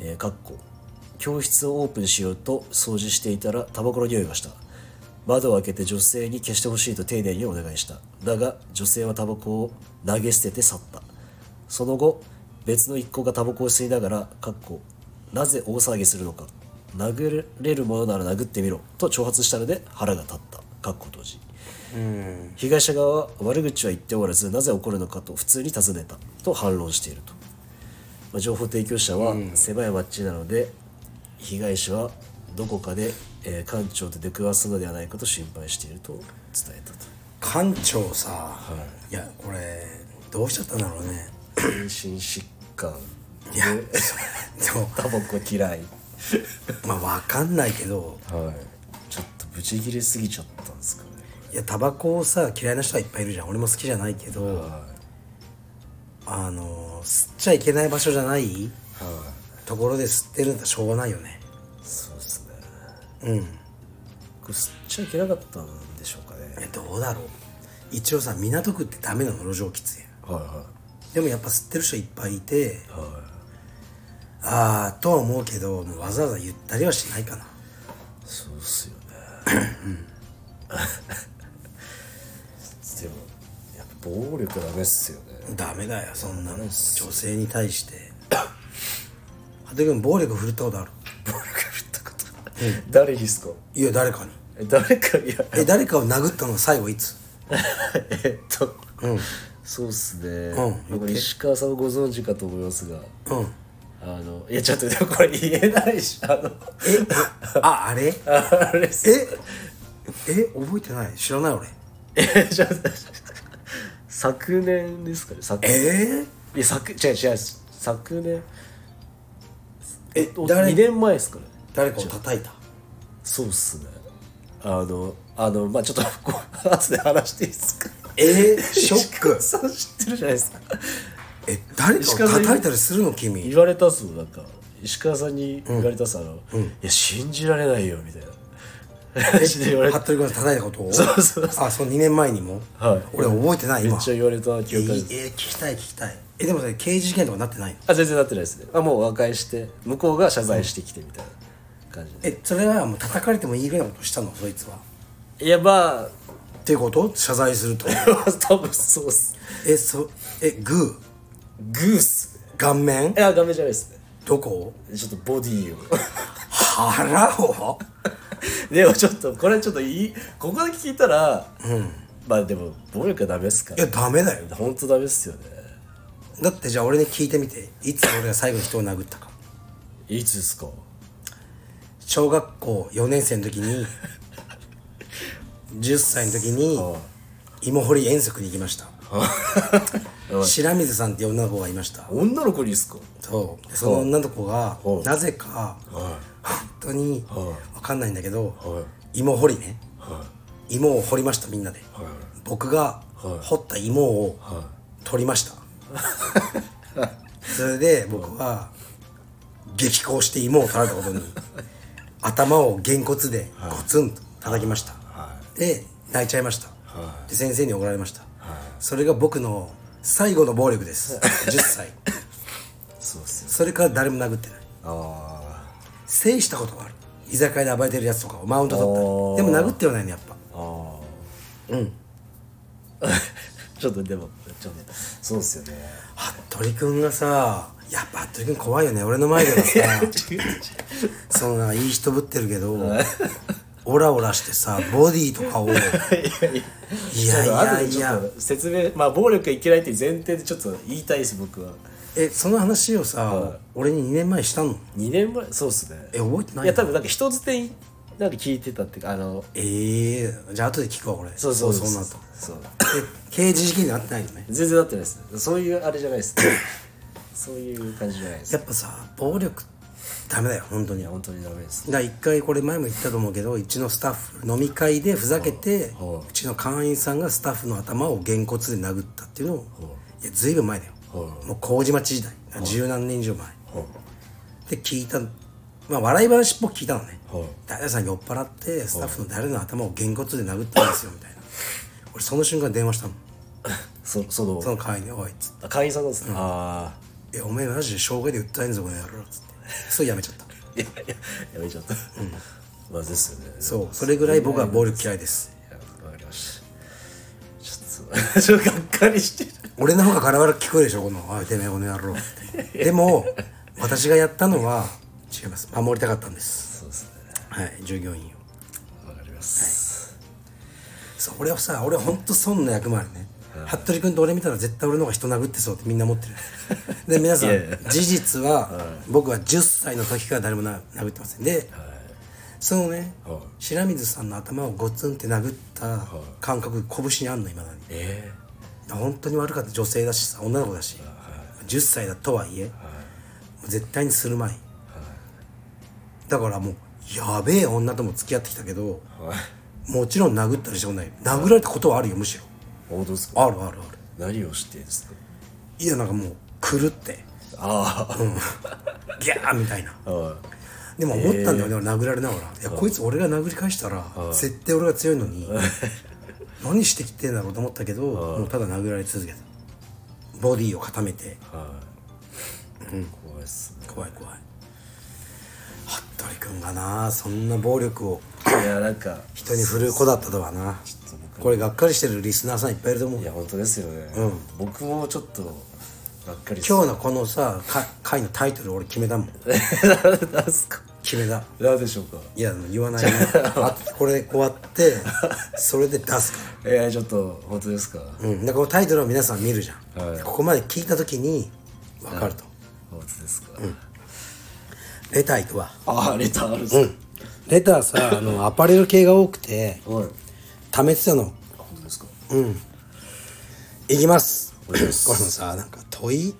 えーかっこ教室をオープンしようと掃除していたらタバコの匂いがした窓を開けて女性に消してほしいと丁寧にお願いしただが女性はタバコを投げ捨てて去ったその後別の一行がタバコを吸いながらかっこなぜ大騒ぎするのか殴れるものなら殴ってみろと挑発したので腹が立ったかっこ閉じ被害者側は悪口は言っておらずなぜ怒るのかと普通に尋ねたと反論していると、まあ情報提供者は狭い町なので、被害者はどこかで、えー官庁と出くわすのではないかと心配していると伝えたと
館長さ、い、やこれどうしちゃったんだろうね
精神疾患
いやそう
タバコ嫌い
まあ分かんないけど
はいちょっとブチギレすぎちゃったんですかね
いやタバコをさ嫌いな人はいっぱいいるじゃん俺も好きじゃないけど、あの吸っちゃいけない場所じゃない
は
ところで吸ってるんだったらしょうがないよね
いそうですね
うん
これ吸っちゃいけなかったんでしょうかね
えどうだろう一応さ港区ってダメなの路上喫煙
はいは
でもやっぱ吸ってる人いっぱいいて
いはい
ああとは思うけどもうわざわざ言ったりはしないかな
そうっすよねでもやっぱ暴力ダメっすよね
ダメだよそんなの
メ
女
っす
性に対して羽鳥君暴力振るったことある
暴力振ったこと誰ですか
いや誰かに
え誰かいや
え誰かを殴ったの最後いつ
えっと、そうっすね、
うん
僕石川さんをご存知かと思いますが
うん
あのいやちょっとでもこれ言えないしあの
えあ あれ
あれっす
ええ覚えてない知らない俺
えちょっと昨年ですかね昨年
え
いや昨違う違う昨年
ー、え
お
誰
2年前ですかね
誰かを叩いた
そうっすねあのあのまあちょっとこう後で話していいですか
えー、ショッ ク
石川さん知ってるじゃないですか
え誰かを叩いたりするの君
言われたっすもんなんか石川さんに言われたっす、あの、いや信じられないよみたいな 話で言われた
服部君が叩いたことを
そうそう
あその2年前にも、
はい
俺覚えてない
め
今
っちゃ言われた記
え
憶ある
え聞きたい聞きたいえでもそれ刑事事件とかなってないの
あ全然なってないですねあもう和解して向こうが謝罪してきてみたいな感じで、
えそれはもう叩かれてもいいぐらいのことしたのそいつはい
やまあ
っていうこと謝罪すると
多分そうっす
えそえグ
グース
ー顔面
いやダメじゃないっすね
どこ
ちょっとボディーを
腹を
でもちょっとこれちょっといいここだけ聞いたら、まあでも暴力はダメですか
いや
ら
ダメだよ
本当ダメですよね
だってじゃあ俺に聞いてみていつ俺が最後に人を殴ったか
いつですか
小学校4年生の時に10歳の時に芋掘り遠足に行きました白水さんっていう女の子がいました
女の子にですか
そうでその女の子が
はい
なぜか本当に
は
分かんないんだけど
は
芋掘りね
は
芋を掘りましたみんなで
いは
僕が
はい
掘った芋を
は
取りました それで僕は激高して芋を取られたこと に頭をげんこつでゴツンと叩きましたで泣いちゃいました
は
で先生に怒られましたそれが僕の最後の暴力です 10歳
そうっすよ
それから誰も殴ってない
あ
制したことがある居酒屋で暴れてるやつとかをマウント
おー
取ったりでも殴ってはないのやっぱ
ああうんちょっとでもちょっとそうっすよね
服部君がさやっぱ服部君怖いよね俺の前ではさ そのなんかいい人ぶってるけどオラオラしてさボディと かをいやいやいや
後でちょっと説明まあ暴力はいけないっていう前提でちょっと言いたいです僕は
えその話をさ、俺に2年前したの
2年前そうっすね
え覚えてない
いや多分なんか人づてになんか聞いてたっていうかあの
えー、じゃあ後で聞くわ俺
そうそうそう
そんな
そ
と
う
え刑事事件になってないのね
全然なってないですそういうあれじゃないですそういう感じじゃないです
やっぱさ暴力ダメだよ本当に
いや本当にダメです
だから一回これ前も言ったと思うけどうちのスタッフ飲み会でふざけて
はいう
ちの会員さんがスタッフの頭をげんこつで殴ったっていうのをいやずいぶん前だよ
はい
もう麹町時代十何年以上前で聞いたまあ笑い話っぽく聞いたのね
はい
誰々さん酔っ払ってスタッフの誰々の頭をげんこつで殴ったんですよみたいな俺その瞬間電話したの
そ その
その会員に「おい」っつって
あ会員さんなんですね、ああ
「えおめえマジで障害で訴えんぞこの野郎」っつってそうやめちゃった
いやいややめちゃった、まあですよね
そうそれぐらい僕は暴力嫌いです
いやわかりましたちょっとちょっとがっかりしてる
俺の方がガラガラ聞こえるでしょこの「おいてめえこの野郎」 でも私がやったのは違います守りたかったんです
そうですね
はい従業員を
わかります、
そう俺はさ俺はほんと損の役もあるね、服部君と俺見たら絶対俺の方が人殴ってそうってみんな思ってるで皆さん
いやいや
事実は、僕は10歳の時から誰もな殴ってませんで、そのね、
はい
白水さんの頭をゴツンって殴った感覚、拳にあんの今だに
え
本当に悪かった女性だしさ女の子だし、10歳だとはいえ、絶対にするまい、だからもうやべえ女とも付き合ってきたけど、
えはい
もちろん殴ったりしたことない殴られたことはあるよむしろ
本当ですか
あるあるある
何をしてですか
いやなんかもう狂って
ああ、
ギャーみたいな
はい
でも思ったんだよね、俺殴られながらいやこいつ俺が殴り返したら絶対俺が強いのに何してきてんだろうと思ったけどもうただ殴られ続けたボディを固めて
はい、怖いっすね
怖い怖い服部君がなそんな暴力を
いやなんか
人に振る子だったとはなこれがっかりしてるリスナーさんいっぱいいると思う
いや本当ですよね、僕もちょっとがっかりっす
今日のこのさか回のタイトル俺決めたもん
何すか
決めた
何でしょうか
いや言わ ないなあこれ終わってそれで出すか
いやちょっと本当ですか、
ら、うん、でこのタイトルを皆さん見るじゃん、
はい
ここまで聞いた時に分かると、
本当ですか、
レターいくわ
ああレターあるんですか、
レターさあのアパレル系が多くて
はい
貯めてたの
あ本当ですか、
いきます
お願いします
このさなんか問い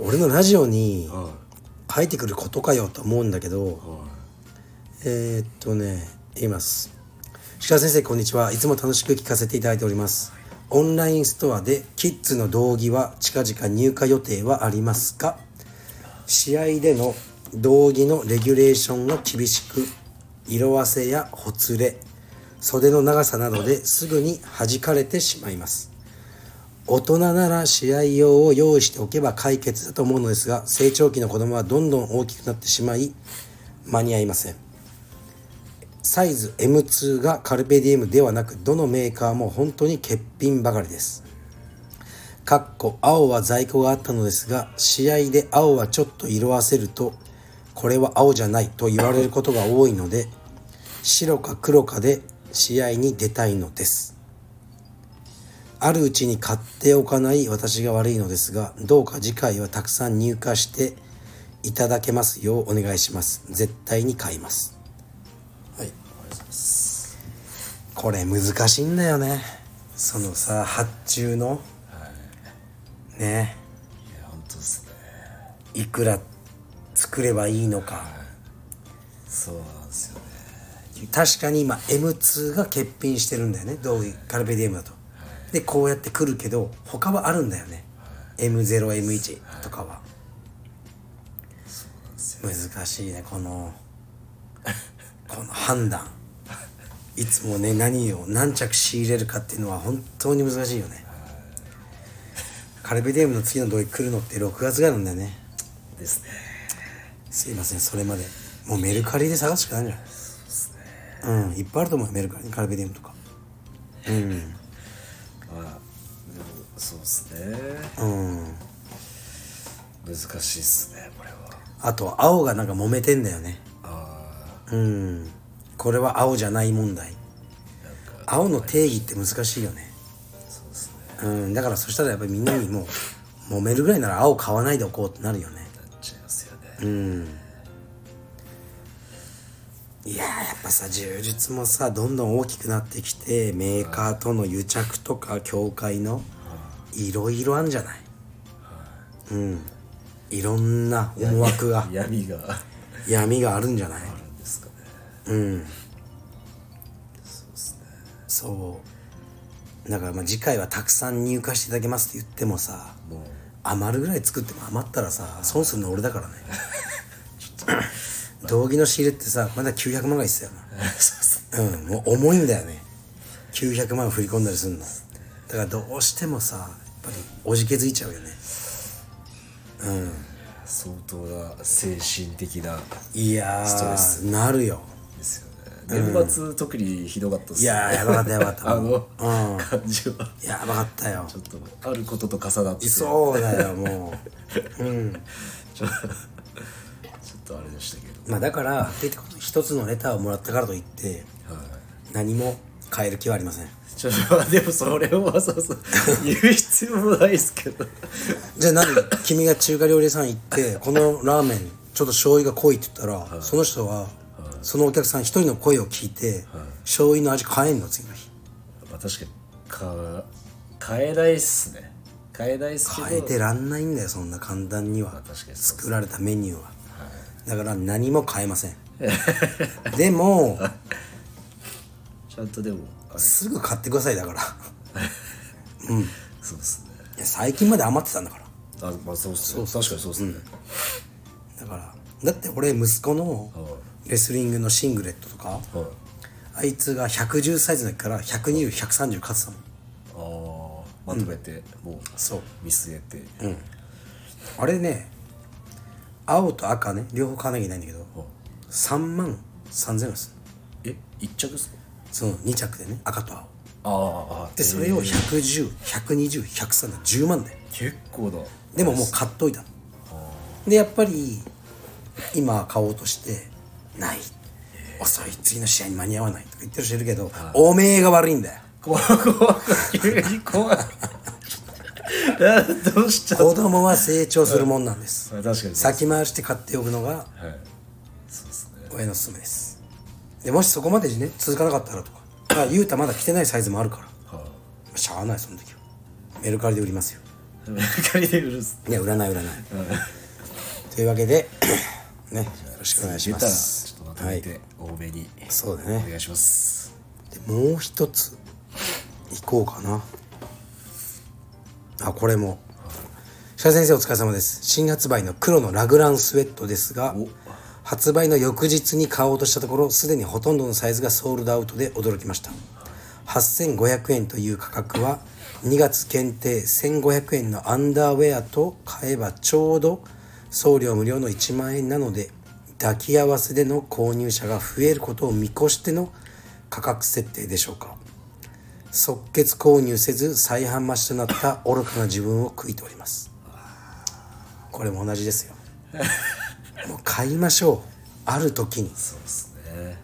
俺のラジオに書いてくることかよと思うんだけど、えーっとね言います石川先生こんにちはいつも楽しく聞かせていただいておりますオンラインストアでキッズの道着は近々入荷予定はありますか試合での道着のレギュレーションが厳しく色あせやほつれ袖の長さなどですぐに弾かれてしまいます大人なら試合用を用意しておけば解決だと思うのですが成長期の子供はどんどん大きくなってしまい間に合いませんサイズ M2 がカルペディエムではなくどのメーカーも本当に欠品ばかりですかっこ青は在庫があったのですが試合で青はちょっと色あせるとこれは青じゃないと言われることが多いので白か黒かで試合に出たいのですあるうちに買っておかない私が悪いのですが、どうか次回はたくさん入荷していただけますようお願いします。絶対に買います。はい。これ難しいんだよね。そのさ、発注の。ね。
いや本当ですね
いくら作ればいいのか。
そうなんですよね
確かに今 M2 が欠品してるんだよね同意カルペディエムだと、でこうやって来るけど他はあるんだよね、M0M1 とかは、難しいねこのこの判断いつもね何を何着仕入れるかっていうのは本当に難しいよね、カルペディエムの次の同意来るのって6月があるんだよね
ですね
すいませんそれまでもうメルカリで探すしかないんじゃないうんいっぱいあると思うよメルカリにカルベディウムとか
まあでもそうですね
うん
難しいっすねこれは
あと青がなんか揉めてんだよね
あ
うんこれは青じゃない問題
あなんか
青の定義って難しいよね
そうですね
うんだからそしたらやっぱりみんなにもう揉めるぐらいなら青買わないでおこうってなるよね
なっちゃいますよね、
いやーやっぱさ柔術もさどんどん大きくなってきてメーカーとの癒着とか協会のいろいろあんじゃないうんいろんな思惑が
闇があ
闇があるんじゃない
るんですかね
うん
そうですね
そうだからまあ次回はたくさん入荷していただけますって言ってもさ
もう
余るぐらい作っても余ったらさ損するの俺だからね道着の仕入れってさまだ900万がいってたよな
そうです
うん、もう重いんだよね900万振り込んだりするのだからどうしてもさやっぱりおじけづいちゃうよね
相当な精神的ない
やー
ストレス
なるよ
ですよね年末特にひどかったっす
いやーやばかったやばかった
あの、
うん
感じは
やばかったよ
ちょっとあることと重なってちょ
そうだよもううん
ちょっとあれでしたけど
まあだからって言って一つのレターをもらったからといって何も変える気はありません
ちょっとまあでもそれをわざわざ言う必要もないですけど
じゃあなんで君が中華料理屋さん行ってこのラーメンちょっと醤油が濃いって言ったら、その人は、そのお客さん一人の声を聞いて、醤油の味変えんの次の日
まあ確かにか変えないっすね変えないっすけど
変えてらんないんだよそんな簡単には、
確かにそう
作られたメニューは、だから何も変えませんでも
ちゃんとでもあれ
すぐ買ってくださいだから
そうっすね
いや最近まで余ってたんだから
あまあそうっすね確かにそうっすね、
だからだって俺息子のレスリングのシングレットとか、
はい
あいつが110サイズの時から120130勝ってたもん
ああまとめて、もう
そう
見据えて、
あれね青と赤ね両方買わなきゃいけないんだけど3万3000円です
え一着っすか
その2着でね赤と青
あーあー
でそれを1101201030 10万だよ
結構だ
でももう買っといたのでやっぱり今買おうとしてない遅い次の試合に間に合わないとか言ってる人いるけどおめえが悪いんだよ
怖い怖い急に怖いあーどうしちゃっ
子供は成長するもんなんです
た確かにそうです
先回して買っておくのが
はいそうっすね
親の勧めですでもしそこまでね続かなかったらとかまあ雄太まだ着てないサイズもあるから
は
しゃあないその時はメルカリで売りますよ
いメルカリで売るっす
いや売らない売らないというわけで ねよろしくお願いし
言
ま
ったら
す
ちょっとまとめて多めに、
そうだ
お
ね
願いします
でもう一ついこうかなあこれも社先生お疲れ様です新発売の黒のラグランスウェットですが発売の翌日に買おうとしたところすでにほとんどのサイズがソールドアウトで驚きました8500円という価格は2月限定1500円のアンダーウェアと買えばちょうど送料無料の1万円なので抱き合わせでの購入者が増えることを見越しての価格設定でしょうか即決購入せず再販増しとなった愚かな自分を悔いておりますこれも同じ ですよもう買いましょうある時に
そうっすね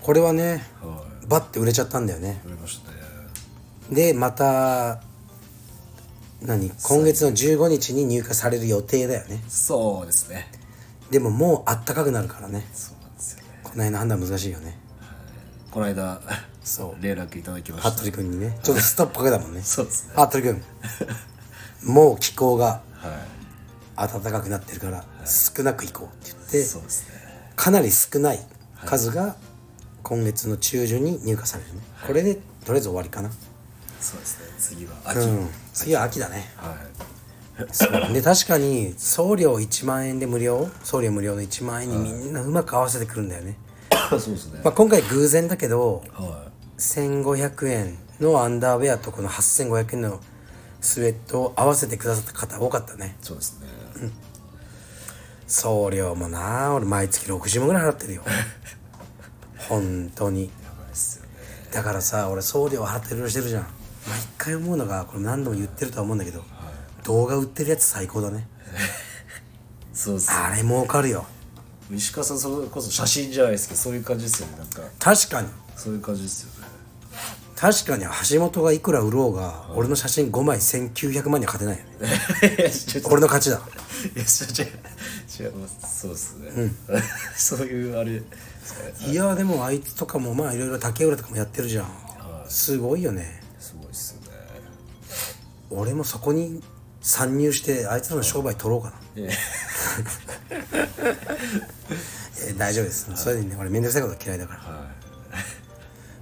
これはね
は
バッて売れちゃったんだよね
売れましたね
でまた何今月の15日に入荷される予定だよね
そうですね
でももうあったかくなるからね
そうなんですよね
この辺の判断難しいよね
この間
そう
連絡いただきました
服部君にねちょっとストップかけたもんね
そうですね
服部君もう気候が
は
暖かくなってるから少なく行こうって
い
言って
そうですね
かなり少ない数が今月の中旬に入荷されるねこれでとりあえず終わりかな
そうですね次は秋、
うん次は秋だね
はい
そうで確かに送料1万円で無料送料無料の1万円にみんなうまく合わせてくるんだよね、
そうですね。
まあ、今回偶然だけど
は
1500円のアンダーウェアとこの8500円のスウェットを合わせてくださった方多かったね
い。そうですね。
送料もな俺毎月60万ぐらい払ってる よ本当に
やばいっすよね。
だからさ俺送料払ってるしてるじゃん毎回思うのがこれ何度も言ってるとは思うんだけど、動画売ってるやつ最高だね
そうですね。
あれ儲かるよ
石川さん、それこそ写真じゃないですけど、そういう感じですよね。なんか、
確かに
そういう感じですよね。
確かに橋本がいくら売ろうが、俺の写真5枚1900万には勝てないよね
いや、ちょっと、
俺の勝ちだ
いや、ちょ違う、違う、そうですね。 そういう、あれですかね。
いやでもあいつとかもまあいろいろ竹浦とかもやってるじゃん、すごいよね
すごいっすよね。
俺もそこに参入してあいつらの商売取ろうかな、
いや
えー大丈夫です、それでね俺面倒くさいこと嫌いだから、
は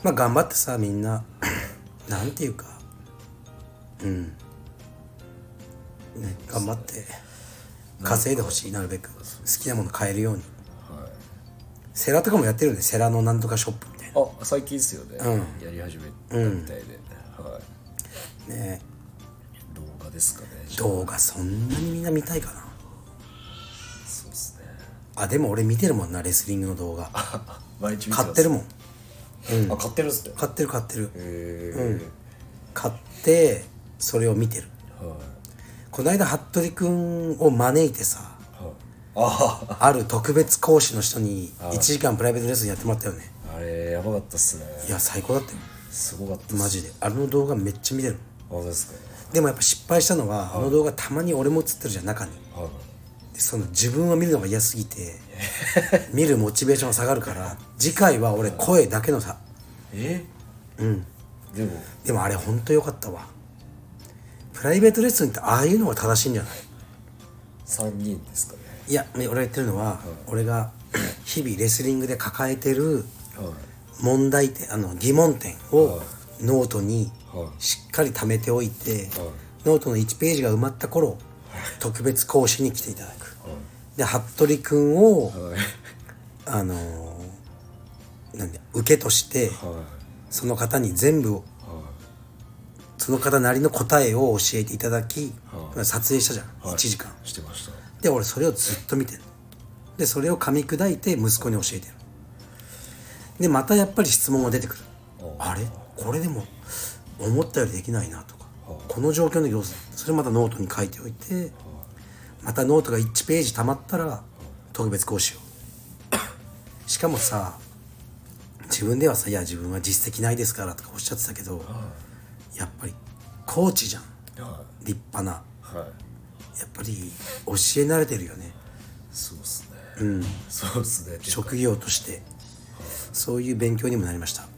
まあ頑張ってさみんな なんていうかうんね頑張って稼いでほしいなるべく好きなもの買えるようにセラとかもやってるんでセラのなんとかショップみたい
あ、最近っすよね。やり始めたみたいで。はい。
なね
動画ですかね。
動画そんなにみんな見たいかな
そうですね。
あでも俺見てるもんなレスリングの動画
毎日見
買ってるも
も
ん
あ買ってるっすね
買ってる買ってる
へ
買ってそれを見てる
えはい
この間服部君を招いてさ
はいあ
ある特別講師の人に1時間プライベートレッスンやってもらったよね
ああれやばかったっすね
いや最高だったよ
すごかったっす
マジであの動画めっちゃ見てる
本当ですか
でもやっぱ失敗したのはあの動画たまに俺も映ってるじゃん中に
はい
でその自分を見るのが嫌すぎ て見るモチベーションが下がるから次回は俺声だけのさ
えうんでも
でもあれほんと良かったわプライベートレッスンってああいうのが正しいんじゃない
3人ですかね
いや俺が言ってるのは俺が日々レスリングで抱えてる
はい
問題点あの疑問点をノートに
はい
しっかり貯めておいてノートの1ページが埋まった頃特別講師に来ていただくで服部君を
はい
あのーなんだ受けとして
は
その方に全部を
いは
その方なりの答えを教えていただき撮影したじゃん
い
1時間
いしてました
で俺それをずっと見てるでそれを噛み砕いて息子に教えてるでまたやっぱり質問が出てくるあれこれでも思ったよりできないなとかこの状況の時どうするそれまたノートに書いておいてまたノートが1ページ溜まったら特別講師をしかもさ自分ではさ「いや自分は実績ないですから」とかおっしゃってたけどやっぱりコーチじゃん
は
立派ない
はい
やっぱり教え慣れてるよね
そうっすねうんそうっすねっていうか
職業としてそういう勉強にもなりましたは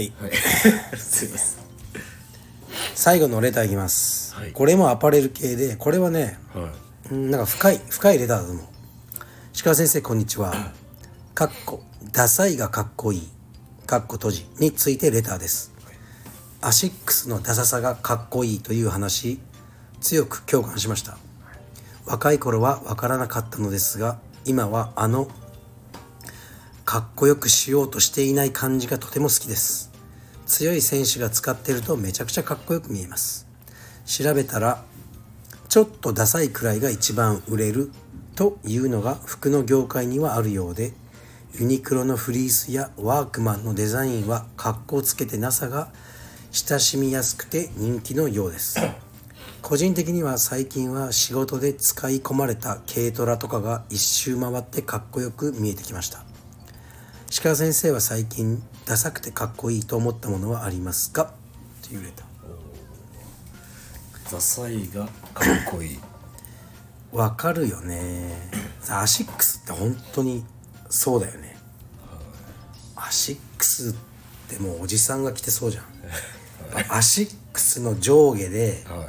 い
はい すいません
最後のレターいきます、
はい
これもアパレル系でこれはね
はい
うんなんか深い深いレターだと思う石川先生こんにちはかっこダサいがかっこいいかっこ閉じについてレターですアシックスのダサさがかっこいいという話強く共感しました若い頃は分からなかったのですが今はあのかっこよくしようとしていない感じがとても好きです強い選手が使ってるとめちゃくちゃかっこよく見えます調べたらちょっとダサいくらいが一番売れるというのが服の業界にはあるようでユニクロのフリースやワークマンのデザインは格好つけてなさが親しみやすくて人気のようです個人的には最近は仕事で使い込まれた軽トラとかが一周回ってかっこよく見えてきました石川先生は最近ダサくてかっこいいと思ったものはありますかというレター
ダサいがかっこい い
わかるよねアシックスって本当にそうだよねアシックスってもうおじさんが着てそうじゃんアシックスの上下で
は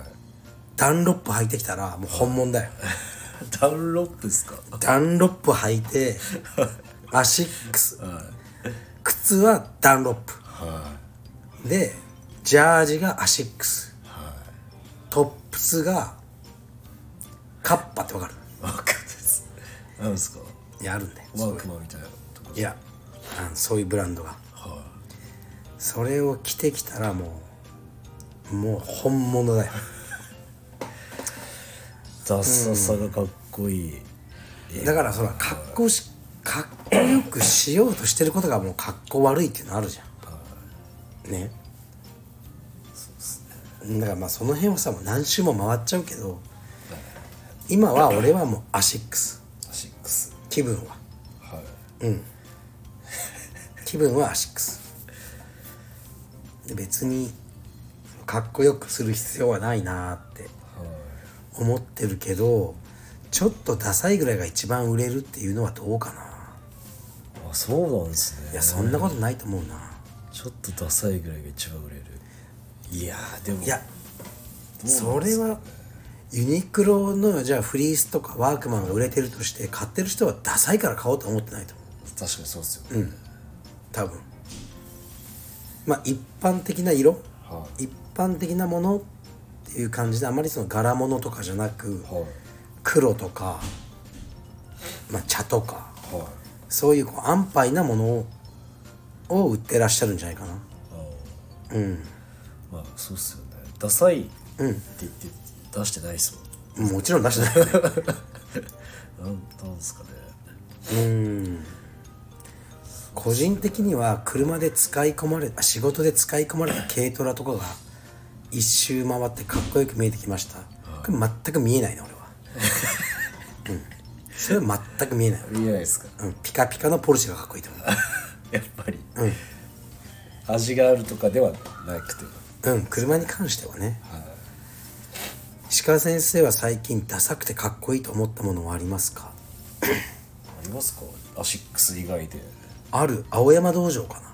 ダンロップ履いてきたらもう本物だよ
いダウンロップですか
ダンロップ履いてアシックス靴はダンロップ
は
でジャージがアシックス
いは
トップスがカッパってわかる
いわかんないですなんですか
いやあるんだよ
ワークマンみたいなとこ
いやあのそういうブランドが
は
それを着てきたらもうもう本物だよ
いダサさがかっこいい
だからそら格好しかっこよくしようとしてることがもう格好悪いっていうのあるじゃんねだからまあその辺はさもう何周も回っちゃうけど今は俺はもうアシックス
アシックス
気分は
はい
気分はアシックスで別にかっこよくする必要はないなーって思ってるけどちょっとダサいぐらいが一番売れるっていうのはどうかな
あそうなんですね
いやそんなことないと思うな
ちょっとダサいぐらいが一番売れるいやーでも
いやそれはユニクロのじゃあフリースとかワークマンが売れてるとして買ってる人はダサいから買おうとは思ってないと思う
確かにそうですよね、
多分まあ一般的な色
は
一般的なものっていう感じであまりその柄物とかじゃなく
はい
黒とか、まあ、茶とか
はい
そういうこう安牌なものをを売ってらっしゃるんじゃないかな
まあそうっすよねダサいって言って出してないっすもん、
もちろん出してないよね
なんなんですかね
個人的には車で使い込まれあ仕事で使い込まれた軽トラとかが一周回ってかっこよく見えてきましたこれ全く見えないね俺は、うん、それは全く見えない、
見えないですか
うん、ピカピカのポルシェがかっこいいと思
やっぱり、味があるとかではなくて
ううん車に関してはね、鹿先生は最近ダサくてかっこいいと思ったものはありますか
ありますかアシックス以外で
ある青山道場かな
ああ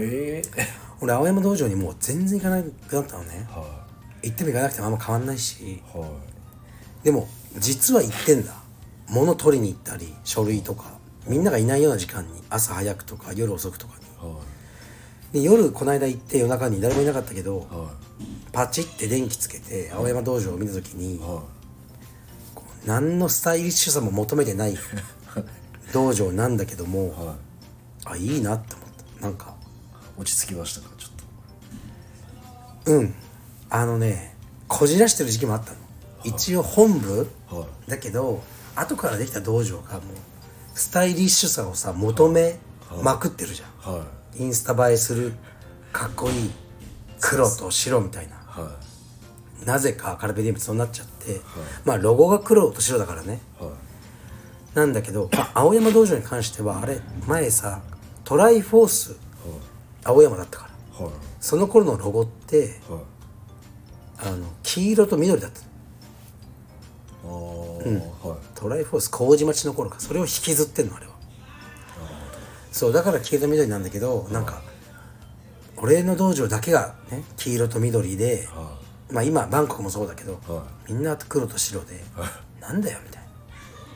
ええ
俺青山道場にもう全然行かなくなったのね
は
行っても行かなくてもあんま変わんないし
いはい
でも実は行ってんだ物取りに行ったり書類とかみんながいないような時間に朝早くとか夜遅くとか
は
にで夜この間行って夜中に誰もいなかったけど
いは
パチって電気つけて青山道場を見た時に
いは
こう何のスタイリッシュさも求めてない道場なんだけど
い
も
は
あいいなって思ったなんか
い落ち着きましたかちょっ
うんあのねこじらしてる時期もあったの一応本部
とはい
だけど後からできた道場がもうスタイリッシュさをさ求めまくってるじゃん
は
インスタ映えするかっこいい黒と白みたいない
は
なぜかカルペディウムってそうなっちゃって、まあロゴが黒と白だからね
いはい
なんだけど、まあ青山道場に関してはあれ前さトライフォース青山だったから
はい
その頃のロゴって
は
あ
い
の黄色と緑だったの
ああー、はい
トライフォース麹町の頃かそれを引きずってんのあれはそうだから黄色と緑なんだけどなんか俺の道場だけがね黄色と緑で
は
まあ今バンコクもそうだけど
は
みんな黒と白でなんだよみたい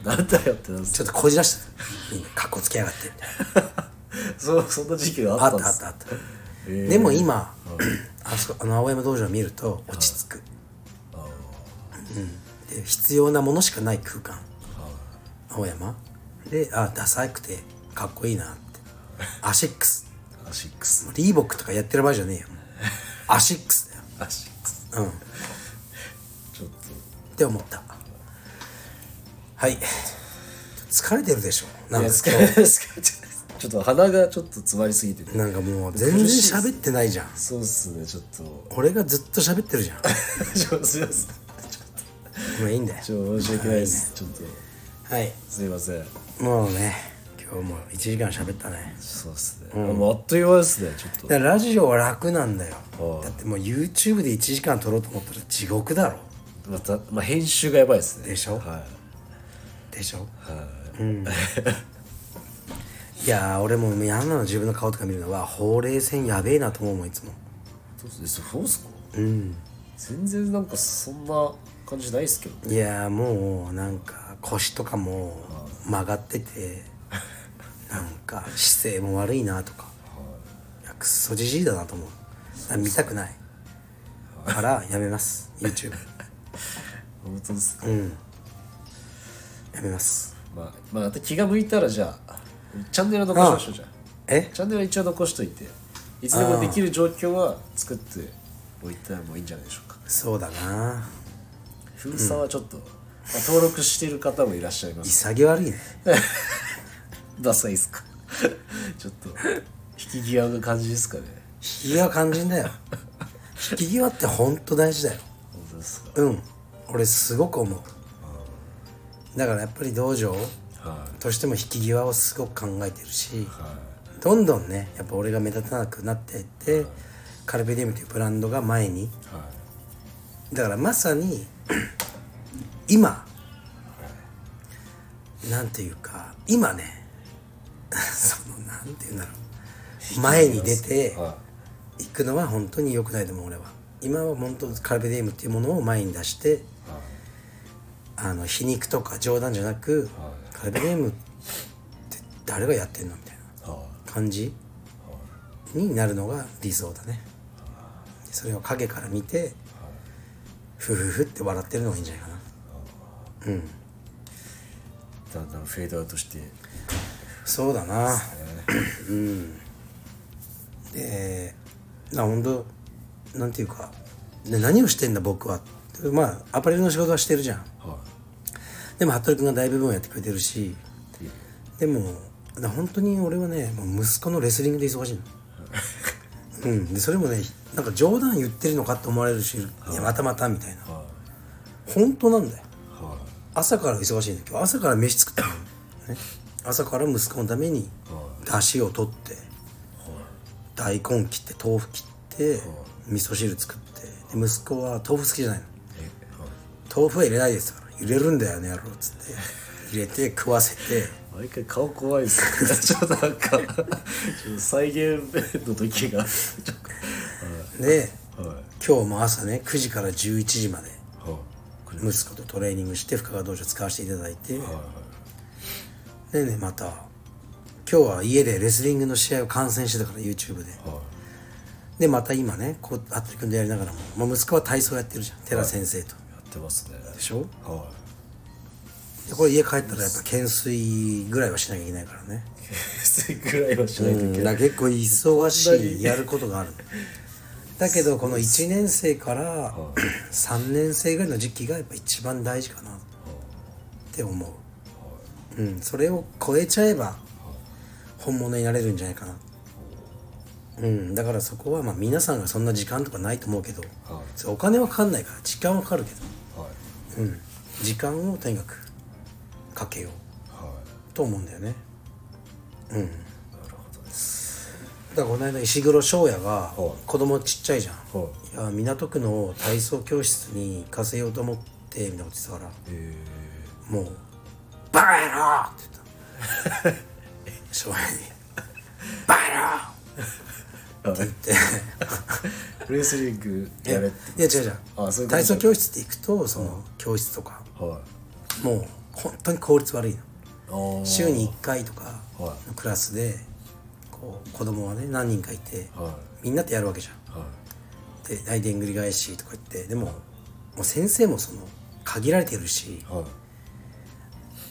ない
なんだよってなんです
ちょっとこじらしてたみんなかっこつけやがってみたいな
そうそんな時期があ
あ
ったん
っ
で
たあっ
す
たあった
えー
でも今あそこあの青山道場を見ると落ち着くで必要なものしかない空間青山であダサくてかっこいいなってアシックス
アシックス
リーボックとかやってる場合じゃねえよアシックスだよ
アシックス
うんっ
ちょっと
て思ったはい疲れてるでしょなんか
いや疲れ疲れちゃうちょっと鼻がちょっと詰まりすぎてて
なんかもう全然喋ってないじゃん
そうっすねちょっと
俺がずっと喋ってるじゃん
ちょっとすいません
まあいいんだよ
ちょっと申し訳ないですちょっと
はい
すいません
もうね今日も1時間喋ったね
そうっすね、もうあっという間ですねちょっと
だからラジオは楽なんだよ
はい
だってもう YouTube で1時間撮ろうと思ったら地獄だろ
また、まあ、編集がやばいですね
でしょ
は
でしょ
いはい
いやー俺も嫌なの自分の顔とか見るのはほうれい線やべえなと思うもんいつも
どうすそうっすかうん全然なんかそんな感じないっすけど
いやーもうなんか腰とかも曲がっててなんか姿勢も悪いなとかいやクソじじいだなと思うだから見たくないからやめます YouTube
本当ですか、
やめます
まあ、まあ、また気が向いたらじゃあチャンネルは残しましょうじゃあ
え
チャンネルは一応残しといていつでもできる状況は作っておいたらもういいんじゃないでしょうか
そうだな
封鎖はちょっと、まあ、登録してる方もいらっしゃいます
潔悪いね
ダサいっすかちょっと引き際が感じですかね
引き際肝心だよ引き際ってほんと大事だよ
本当ですか
うん俺すごく思うだからやっぱり道場
は
としても引き際をすごく考えてるし
いはい
どんどんねやっぱ俺が目立たなくなってって、カルペディウムというブランドが前に
は
だからまさに 今なんていうか今ね そのなんていうんだろう前に出て
いはい
行くのは本当に良くないと思う俺は今は本当カルペディウムっていうものを前に出してあの皮肉とか冗談じゃなく、カルペディウムって誰がやってんのみたいな
は
感じになるのが理想だねそれを影から見てふふふって笑ってるのがいいんじゃないかない
だんだんフェードアウトして
そうだなうんでな本当なんていうかで何をしてんだ僕はまあアパレルの仕事はしてるじゃん
は
でも服部君が大部分をやってくれてるしでもだ本当に俺はねもう息子のレスリングで忙しいの。うん、でそれもねなんか冗談言ってるのかって思われるし「いやまたまた」みたいな
は
本当なんだよ
いは
朝から忙しいんだけど朝から飯作ったの、ね、朝から息子のために出汁を取って大根切って豆腐切って味噌汁作ってで息子は豆腐好きじゃないの
いえはい
豆腐は入れないですから入れるんだよねやろうっつって入れて食わせて
毎回顔怖いですねちょっとなんかちょっと再現の時がちょっ
で
とはい
今日も朝ね9時から11時まで
はいこれ
息子とトレーニングして深川道場使わせていただいて
はいはい
でねまた今日は家でレスリングの試合を観戦してたから YouTube で
は
でまた今ねこう服部君とやりながらも、まあ、息子は体操やってるじゃん寺先生と、
いやってますね
でしょ
は
でこれ家帰ったらやっぱ懸垂ぐらいはしなきゃいけないからね
いそれぐらいはしないといけない、
だから結構忙
そんな
し
に
いやることがあるのだけどこの1年生から3年生ぐらいの時期がやっぱ一番大事かなって思う、うん、それを超えちゃえば本物になれるんじゃないかなうん、だからそこはまあ皆さんがそんな時間とかないと思うけど、
はい
そうお金はかかんないから時間はかかるけ
はい
ど、うん、時間をとにかくかけよ
は
うと思うんだよね
いなるほどです
だからこの間石黒翔也が
はい
子供ちっちゃいじゃん、
はい
いや港区の体操教室に行かせようと思ってみたいなこと言ってたから
え
もう「バカ野郎!」って 言った翔平に「バカ野郎!」
ーはい
って
レスリング
いや
やれ
違
っ
う
て
違う
あそういうこと
体操教室って行くとその教室とか
はい
もう本当に効率悪いの
あー
週に1回とかの
は
クラスでこう子供はね何人かいて
は
みんなでやるわけじゃん
いは
で大でんぐり返しとか言ってでももう先生もその限られてるし
いはい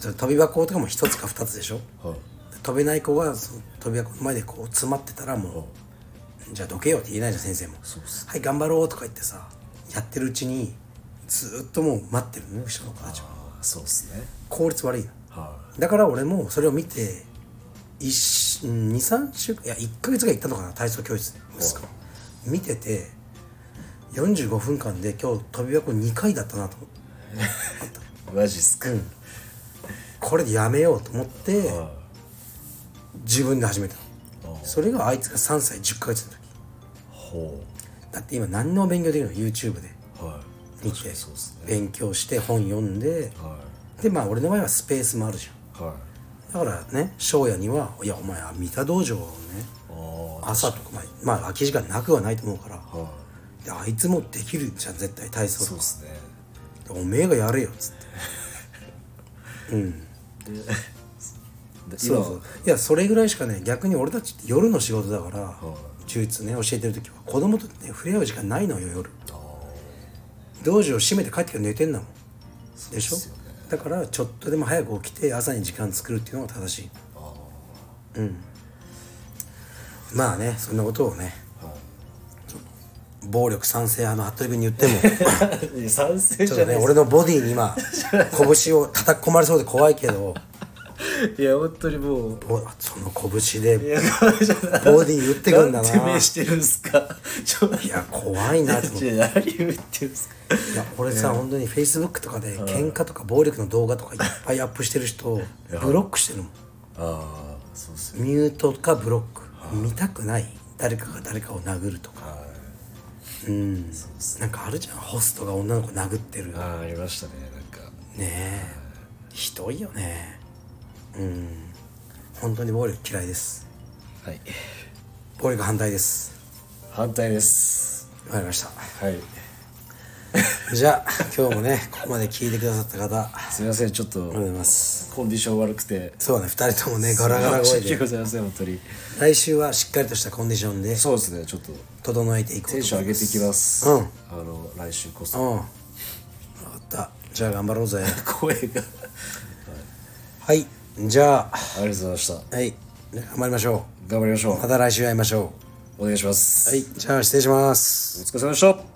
その飛び箱とかも1つか2つでしょ
はい
飛べない子がその飛び箱の前でこう詰まってたらもう「じゃあどけよ」って言えないじゃん先生も
そうっす
「はい頑張ろう」とか言ってさやってるうちにずーっともう待ってるのね後ろの子たちは
あーそうですね
効率悪いの
は
だから俺もそれを見て23週間いや1ヶ月が行ったのかな体操教室で息子見てて45分間で今日飛び箱2回だったなと思って
いマジっすか、
これでやめようと思って
はい
自分で始めた
あ
それがあいつが3歳10ヶ月の時
ほ
だって今何の勉強できるの YouTube で
うはい
見て
そうっすね
勉強して本読んで
は
でまあ俺の場合はスペースもあるじゃん
いはい
だからね翔也には「いやお前は三田道場をね
あ
朝とかまあまあ空き時間なくはないと思うから
あはい
であいつもできるじゃん絶対体操
そう
と
っ
か
すね
おめえがやれよっつって
で
そうそういやそれぐらいしかね逆に俺たちって夜の仕事だから、
い
充実ね教えてる時は子供とね触れ合う時間ないのよ夜
今あ
道場閉めて帰ってから寝てんだもん
ー
でしょ
そうっすよね
だからちょっとでも早く起きて朝に時間作るっていうのが正しい
あ
まあねそんなことをね
あはい
暴力賛成派の服部君に言 っても
いや賛成
ちょっ
じ
と
ゃな
ね
い
俺のボディに今拳を叩き込まれそうで怖いけど
いや本当にもう
おその拳で
いや これじゃな
ボディ打ってくんだな
なんて目してるんすかちょっと
いや怖いなと思って。
何言ってるんすか
いや俺さ、本当にフェイスブックとかで喧嘩とか暴力の動画とかいっぱいアップしてる人をブロックしてるもん
ああそうっすよ
ミュートかブロック見たくない誰かが誰かを殴るとか
はい
うん
そうっす
なんかあるじゃんホストが女の子殴ってるね
ああありましたねなんか
えひどいよねうん本当に暴力嫌いです
はい
暴力反対です
反対です
わかりました
はい
じゃあ今日もねここまで聞いてくださった方ありが
すいませんちょっと
とうございます
コンディション悪くて
そうね2人ともねガラガラ声
申し訳
で
ございません本当に
来週はしっかりとしたコンディションで
そうですねちょっと
整えていこうと思います
テンション上げてきます、
うん
あの来週こ
う
そ
ん分かったじゃあ頑張ろうぜ
声が
はいじゃ
ありがとうございました
あはい頑張りましょ
頑張りましょ
うまた来週会いましょ
うお願いします、
うはいじゃあ失礼します
お疲れ様でした